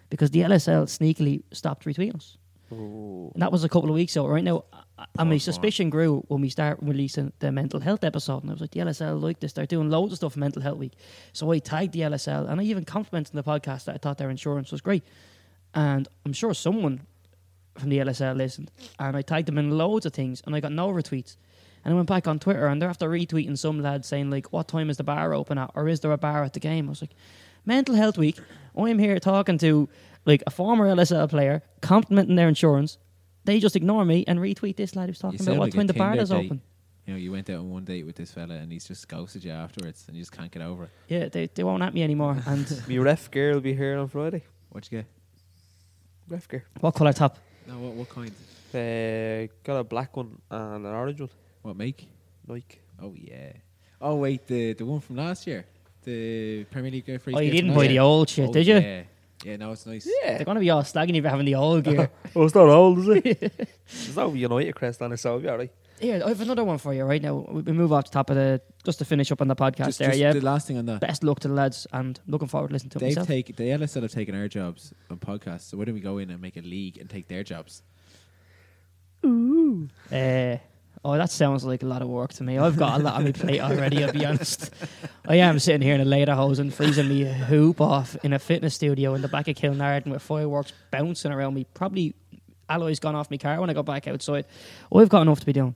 Speaker 1: because the LSL sneakily stopped retweeting us. And that was a couple of weeks ago. Right now, I, I mean, suspicion grew when we start releasing the mental health episode, and I was like, the LSL like this. They're doing loads of stuff for mental health week. So I tagged the LSL, and I even complimented the podcast that I thought their insurance was great. And I'm sure someone from the LSL list, and I tagged them in loads of things, and I got no retweets. And I went back on Twitter, and they're after retweeting some lad saying like, "What time is the bar open at? Or is there a bar at the game?" I was like, "Mental Health Week. I'm here talking to like a former LSL player, complimenting their insurance. They just ignore me and retweet this lad who's
Speaker 3: You
Speaker 1: talking
Speaker 3: sound
Speaker 1: about what
Speaker 3: like a
Speaker 1: time the bar
Speaker 3: Tinder
Speaker 1: is
Speaker 3: date.
Speaker 1: open."
Speaker 3: You know, you went out on one date with this fella and he's just ghosted you afterwards and you just can't get over it.
Speaker 1: Yeah, they, they won't at me anymore. And <laughs>
Speaker 2: My ref girl will be here on Friday.
Speaker 3: What'd you get?
Speaker 2: Ref girl.
Speaker 1: what colour top?
Speaker 3: No, what, what kind?
Speaker 2: Uh, got a black one and an orange one.
Speaker 3: What make?
Speaker 2: Like,
Speaker 3: Oh yeah. Oh wait, the the one from last year, the Premier League uh, free.
Speaker 1: Oh,
Speaker 3: skate
Speaker 1: you
Speaker 3: from
Speaker 1: didn't
Speaker 3: last
Speaker 1: buy the
Speaker 3: year.
Speaker 1: old shit,
Speaker 3: Oh,
Speaker 1: did you?
Speaker 3: Yeah. Yeah, no, it's nice.
Speaker 1: They're gonna be all slagging you for having the old
Speaker 3: <laughs>
Speaker 1: gear.
Speaker 2: Oh, it's not old, is
Speaker 1: <laughs>
Speaker 2: it? There's no United crest on it, so it'll be alright.
Speaker 1: Here, I have another one for you right now. We we move off the top of the just to finish up on the podcast
Speaker 3: Just,
Speaker 1: there.
Speaker 3: just
Speaker 1: yeah,
Speaker 3: The last thing on that,
Speaker 1: best luck to the lads, and looking forward to listening to it
Speaker 3: they've
Speaker 1: myself.
Speaker 3: taken the LSL have taken our jobs on podcasts. So why don't we go in and make a league and take their jobs?
Speaker 1: Uh, oh, that sounds like a lot of work to me. I've got a lot on my plate already. I'll be honest. I am sitting here in a later hose and freezing me hoop off in a fitness studio in the back of Kilnarden with fireworks bouncing around me. Probably alloy's gone off my car when I go back outside. I've got enough to be doing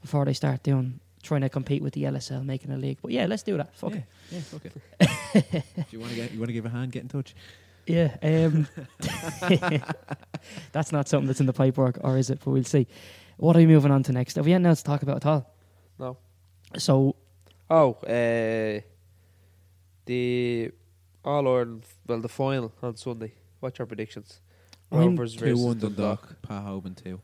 Speaker 1: before they start doing trying to compete with the LSL, making a league. But yeah, let's do that. Fuck it.
Speaker 3: yeah, yeah, okay.
Speaker 1: <laughs>
Speaker 3: if you want to get, you want to give a hand, get in touch.
Speaker 1: Yeah, um, <laughs> that's not something that's in the pipework, or is it? But we'll see. What are we moving on to next? Have we anything else to talk about at all?
Speaker 2: No.
Speaker 1: So
Speaker 2: Oh, uh, the All Ireland, well, the final on Sunday. What's your predictions?
Speaker 1: I'm
Speaker 2: Rovers
Speaker 3: Two
Speaker 2: versus
Speaker 3: one
Speaker 2: Dundalk.
Speaker 3: Dundalk, Pa Hoban two.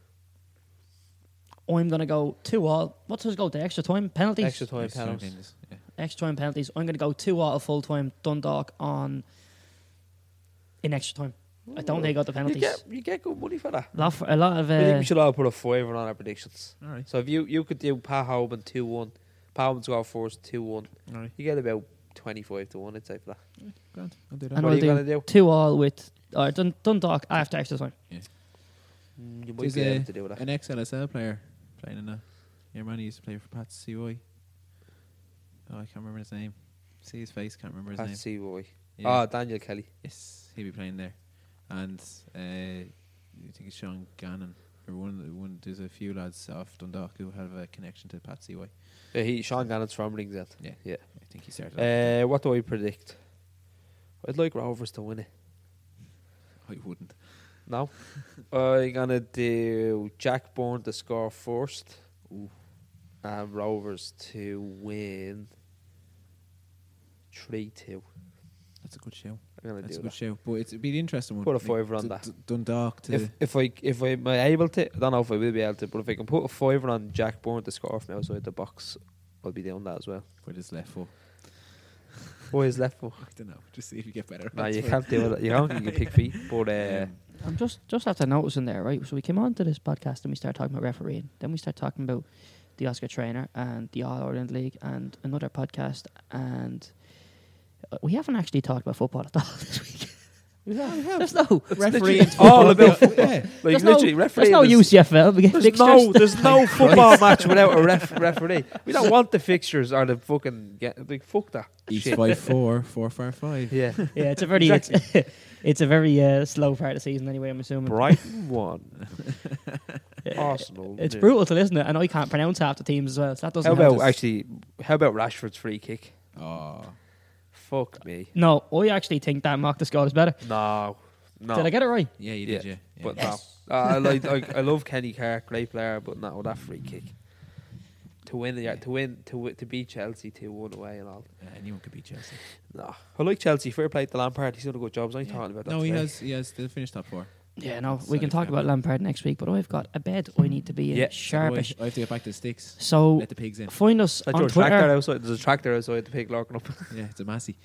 Speaker 1: I'm gonna go two all. What's his go? The extra time penalties.
Speaker 2: Extra time
Speaker 3: Extra
Speaker 2: penalties.
Speaker 3: penalties, yeah.
Speaker 1: Extra time penalties. I'm gonna go two all full time. Dundalk on in extra time. I don't think they got the
Speaker 2: You
Speaker 1: penalties. Uh,
Speaker 2: get, you get good money for that.
Speaker 1: A lot, for, a lot of
Speaker 2: I think
Speaker 1: uh,
Speaker 2: we should all put a fiver on our predictions.
Speaker 3: All right.
Speaker 2: So if you, you could do Pat Hoban 2 1, Pat Hoban's got first 2 1,
Speaker 3: All right.
Speaker 2: you get about 25 to 1, I'd say, for that.
Speaker 3: Grant, I'll do
Speaker 1: and
Speaker 3: that.
Speaker 2: what are
Speaker 1: I'll
Speaker 2: you
Speaker 1: do
Speaker 2: gonna do?
Speaker 1: two all with or Dun- Dundalk after extra time.
Speaker 2: Mm, You might
Speaker 3: There's
Speaker 2: be
Speaker 3: a,
Speaker 2: able to do that.
Speaker 3: an ex LSL player playing in that. Your man who used to play for Pat CY. Oh, I can't remember his name. See his face, can't remember his
Speaker 2: Pat
Speaker 3: name.
Speaker 2: Seaboy.
Speaker 3: Yeah.
Speaker 2: Ah, Daniel Kelly.
Speaker 3: Yes, he'll be playing there. And uh, I think it's Sean Gannon. Or one, of the- one, there's a few lads off Dundalk who have a connection to Pat CY.
Speaker 2: Yeah, he, Sean Gannon's from Ringsend.
Speaker 3: Yeah.
Speaker 2: Yeah.
Speaker 3: I think he started. off-
Speaker 2: Uh, what do I predict? I'd like Rovers to win it.
Speaker 3: I wouldn't. <laughs>
Speaker 2: No. I'm gonna do Jack Bourne to score first. And Rovers to win three two.
Speaker 3: That's a good show.
Speaker 2: I'm gonna
Speaker 3: That's a
Speaker 2: do
Speaker 3: good
Speaker 2: that.
Speaker 3: show. But it's, it'd be an interesting one.
Speaker 2: Put a
Speaker 3: Like,
Speaker 2: fiver on
Speaker 3: D-
Speaker 2: that.
Speaker 3: D- Dundalk to.
Speaker 2: If if I if I'm able to I don't know if I will be able to, but if I can put a fiver on Jack Bourne to score from outside the box, I'll be doing that as well.
Speaker 3: with his left foot.
Speaker 2: Boy is left foot.
Speaker 3: <laughs> I don't know. Just see if you get better. at
Speaker 2: No,
Speaker 3: that
Speaker 2: you
Speaker 3: sort.
Speaker 2: can't do
Speaker 3: <laughs>
Speaker 2: it. You can't you can pick feet. But uh,
Speaker 3: Um,
Speaker 1: I'm just just after noticing there, right? So we came on to this podcast and we started talking about refereeing. Then we started talking about the Oscar Trainer and the All Ireland League and another podcast. And uh, we haven't actually talked about football at all <laughs> this week. There's no
Speaker 2: <laughs>
Speaker 3: Refereeing <laughs>
Speaker 2: all about
Speaker 3: yeah.
Speaker 2: like
Speaker 1: there's no,
Speaker 2: literally
Speaker 1: there's
Speaker 2: referee
Speaker 1: no uh,
Speaker 2: is-
Speaker 1: UCFL. We get
Speaker 2: There's
Speaker 1: fixtures.
Speaker 2: no,
Speaker 1: <laughs>
Speaker 2: there's <laughs> no football match without a ref, referee. We don't want the fixtures or the fucking get, like fuck that.
Speaker 3: Each
Speaker 2: shit. <laughs>
Speaker 3: five four, four five five.
Speaker 2: Yeah,
Speaker 1: yeah, it's a very it's, <laughs> it's a very uh, slow part of the season anyway. I'm assuming <laughs>
Speaker 2: Brighton won. Arsenal.
Speaker 1: it's
Speaker 2: nil.
Speaker 1: brutal to listen to, and I can't pronounce half the teams as well. So that doesn't
Speaker 2: How
Speaker 1: help.
Speaker 2: about actually? How about Rashford's free kick?
Speaker 3: Oh,
Speaker 2: Fuck me.
Speaker 1: no, I actually think that mock the score is better.
Speaker 2: No, no.
Speaker 1: Did I get it right?
Speaker 3: yeah, you
Speaker 2: Yeah,
Speaker 3: did. Yeah, yeah.
Speaker 2: But no, Uh,
Speaker 1: <laughs>
Speaker 2: I like. I, I love Kenny Carr, great player, but not with that free kick. To win, the, to win, to wi- to beat Chelsea two one away and all.
Speaker 3: Yeah, anyone could beat Chelsea.
Speaker 2: No, I like Chelsea. Fair play to Lampard. He's done a good job. I ain't
Speaker 3: Yeah.
Speaker 2: talking about that.
Speaker 3: no, he
Speaker 2: today.
Speaker 3: has. He has. They finished top four.
Speaker 1: Yeah, no, we
Speaker 3: Solid
Speaker 1: can talk
Speaker 3: plan.
Speaker 1: about Lampard next week, but I've got a bed I need to be in
Speaker 2: Yeah, so do
Speaker 1: sharpish.
Speaker 3: I have to get back to the sticks.
Speaker 1: So
Speaker 3: Let the pigs in.
Speaker 1: find us
Speaker 2: Like
Speaker 1: on
Speaker 2: your tractor
Speaker 1: Twitter.
Speaker 2: outside. There's a tractor outside the pig locking up.
Speaker 3: Yeah, it's a massy.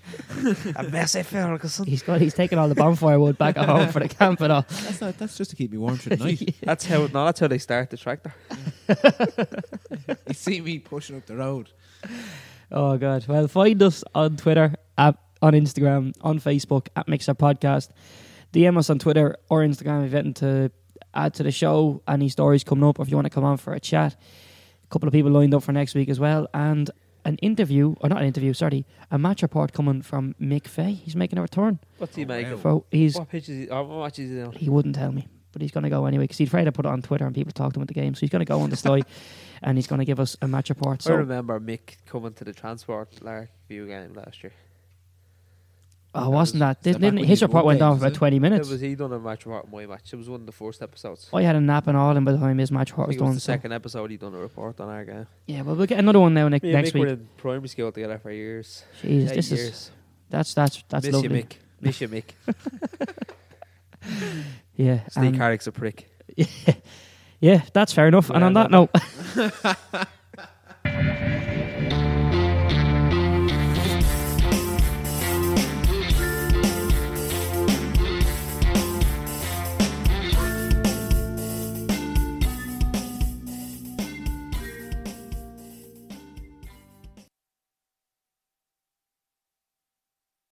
Speaker 2: a massive Ferguson.
Speaker 1: He's got he's taking all the bonfire wood back at home for the camp and all.
Speaker 3: That's not. That's just to keep me
Speaker 2: <laughs>
Speaker 3: warm for the night.
Speaker 2: <laughs> That's how. No, that's how they start the tractor.
Speaker 3: you see me pushing up the road.
Speaker 1: Oh god. Well, find us on Twitter, at, on Instagram, on Facebook at Mixer Podcast. DM us on Twitter or Instagram if you're wanting to add to the show. Any stories coming up, or if you want to come on for a chat. A couple of people lined up for next week as well, and an interview or not an interview, sorry, a match report coming from Mick Fay. He's making a return.
Speaker 2: What's he making?
Speaker 3: wow.
Speaker 1: So he's
Speaker 2: What pitches? He, oh, what matches he on?
Speaker 1: he wouldn't tell me. but he's going to go anyway because he's afraid to put it on Twitter and people talk to him at the game. So he's going to go on the
Speaker 3: <laughs>
Speaker 1: site and he's going to give us a match report.
Speaker 2: I
Speaker 1: So,
Speaker 2: remember Mick coming to the Transport Lark View game last year.
Speaker 1: oh, wasn't that?
Speaker 3: that
Speaker 1: Didn't,
Speaker 3: back
Speaker 1: didn't-
Speaker 3: when
Speaker 1: his
Speaker 3: you
Speaker 1: report went
Speaker 3: updated,
Speaker 1: on
Speaker 3: was
Speaker 1: for about
Speaker 3: it?
Speaker 1: 20 minutes.
Speaker 2: It was he done a match report on my match. It was one of the first episodes.
Speaker 1: I Oh, had a nap in Ireland by the time his match
Speaker 2: I
Speaker 1: report was
Speaker 2: think it was
Speaker 1: done.
Speaker 2: the
Speaker 1: so-
Speaker 2: second episode he done a report on our game.
Speaker 1: Yeah, well, we'll get another one now ne-
Speaker 2: Me and
Speaker 1: next
Speaker 2: Mick were
Speaker 1: week.
Speaker 2: in primary school together for years.
Speaker 1: Jesus,
Speaker 2: Eight
Speaker 1: this is
Speaker 2: years.
Speaker 1: that's that's that's
Speaker 2: Miss
Speaker 1: lovely.
Speaker 2: you, Mick. Miss
Speaker 1: <laughs>
Speaker 2: you, Mick.
Speaker 1: Yeah,
Speaker 2: Steve
Speaker 1: um,
Speaker 2: Carrick's a prick.
Speaker 1: yeah, that's fair enough. and
Speaker 2: Yeah,
Speaker 1: on
Speaker 2: no,
Speaker 1: that note,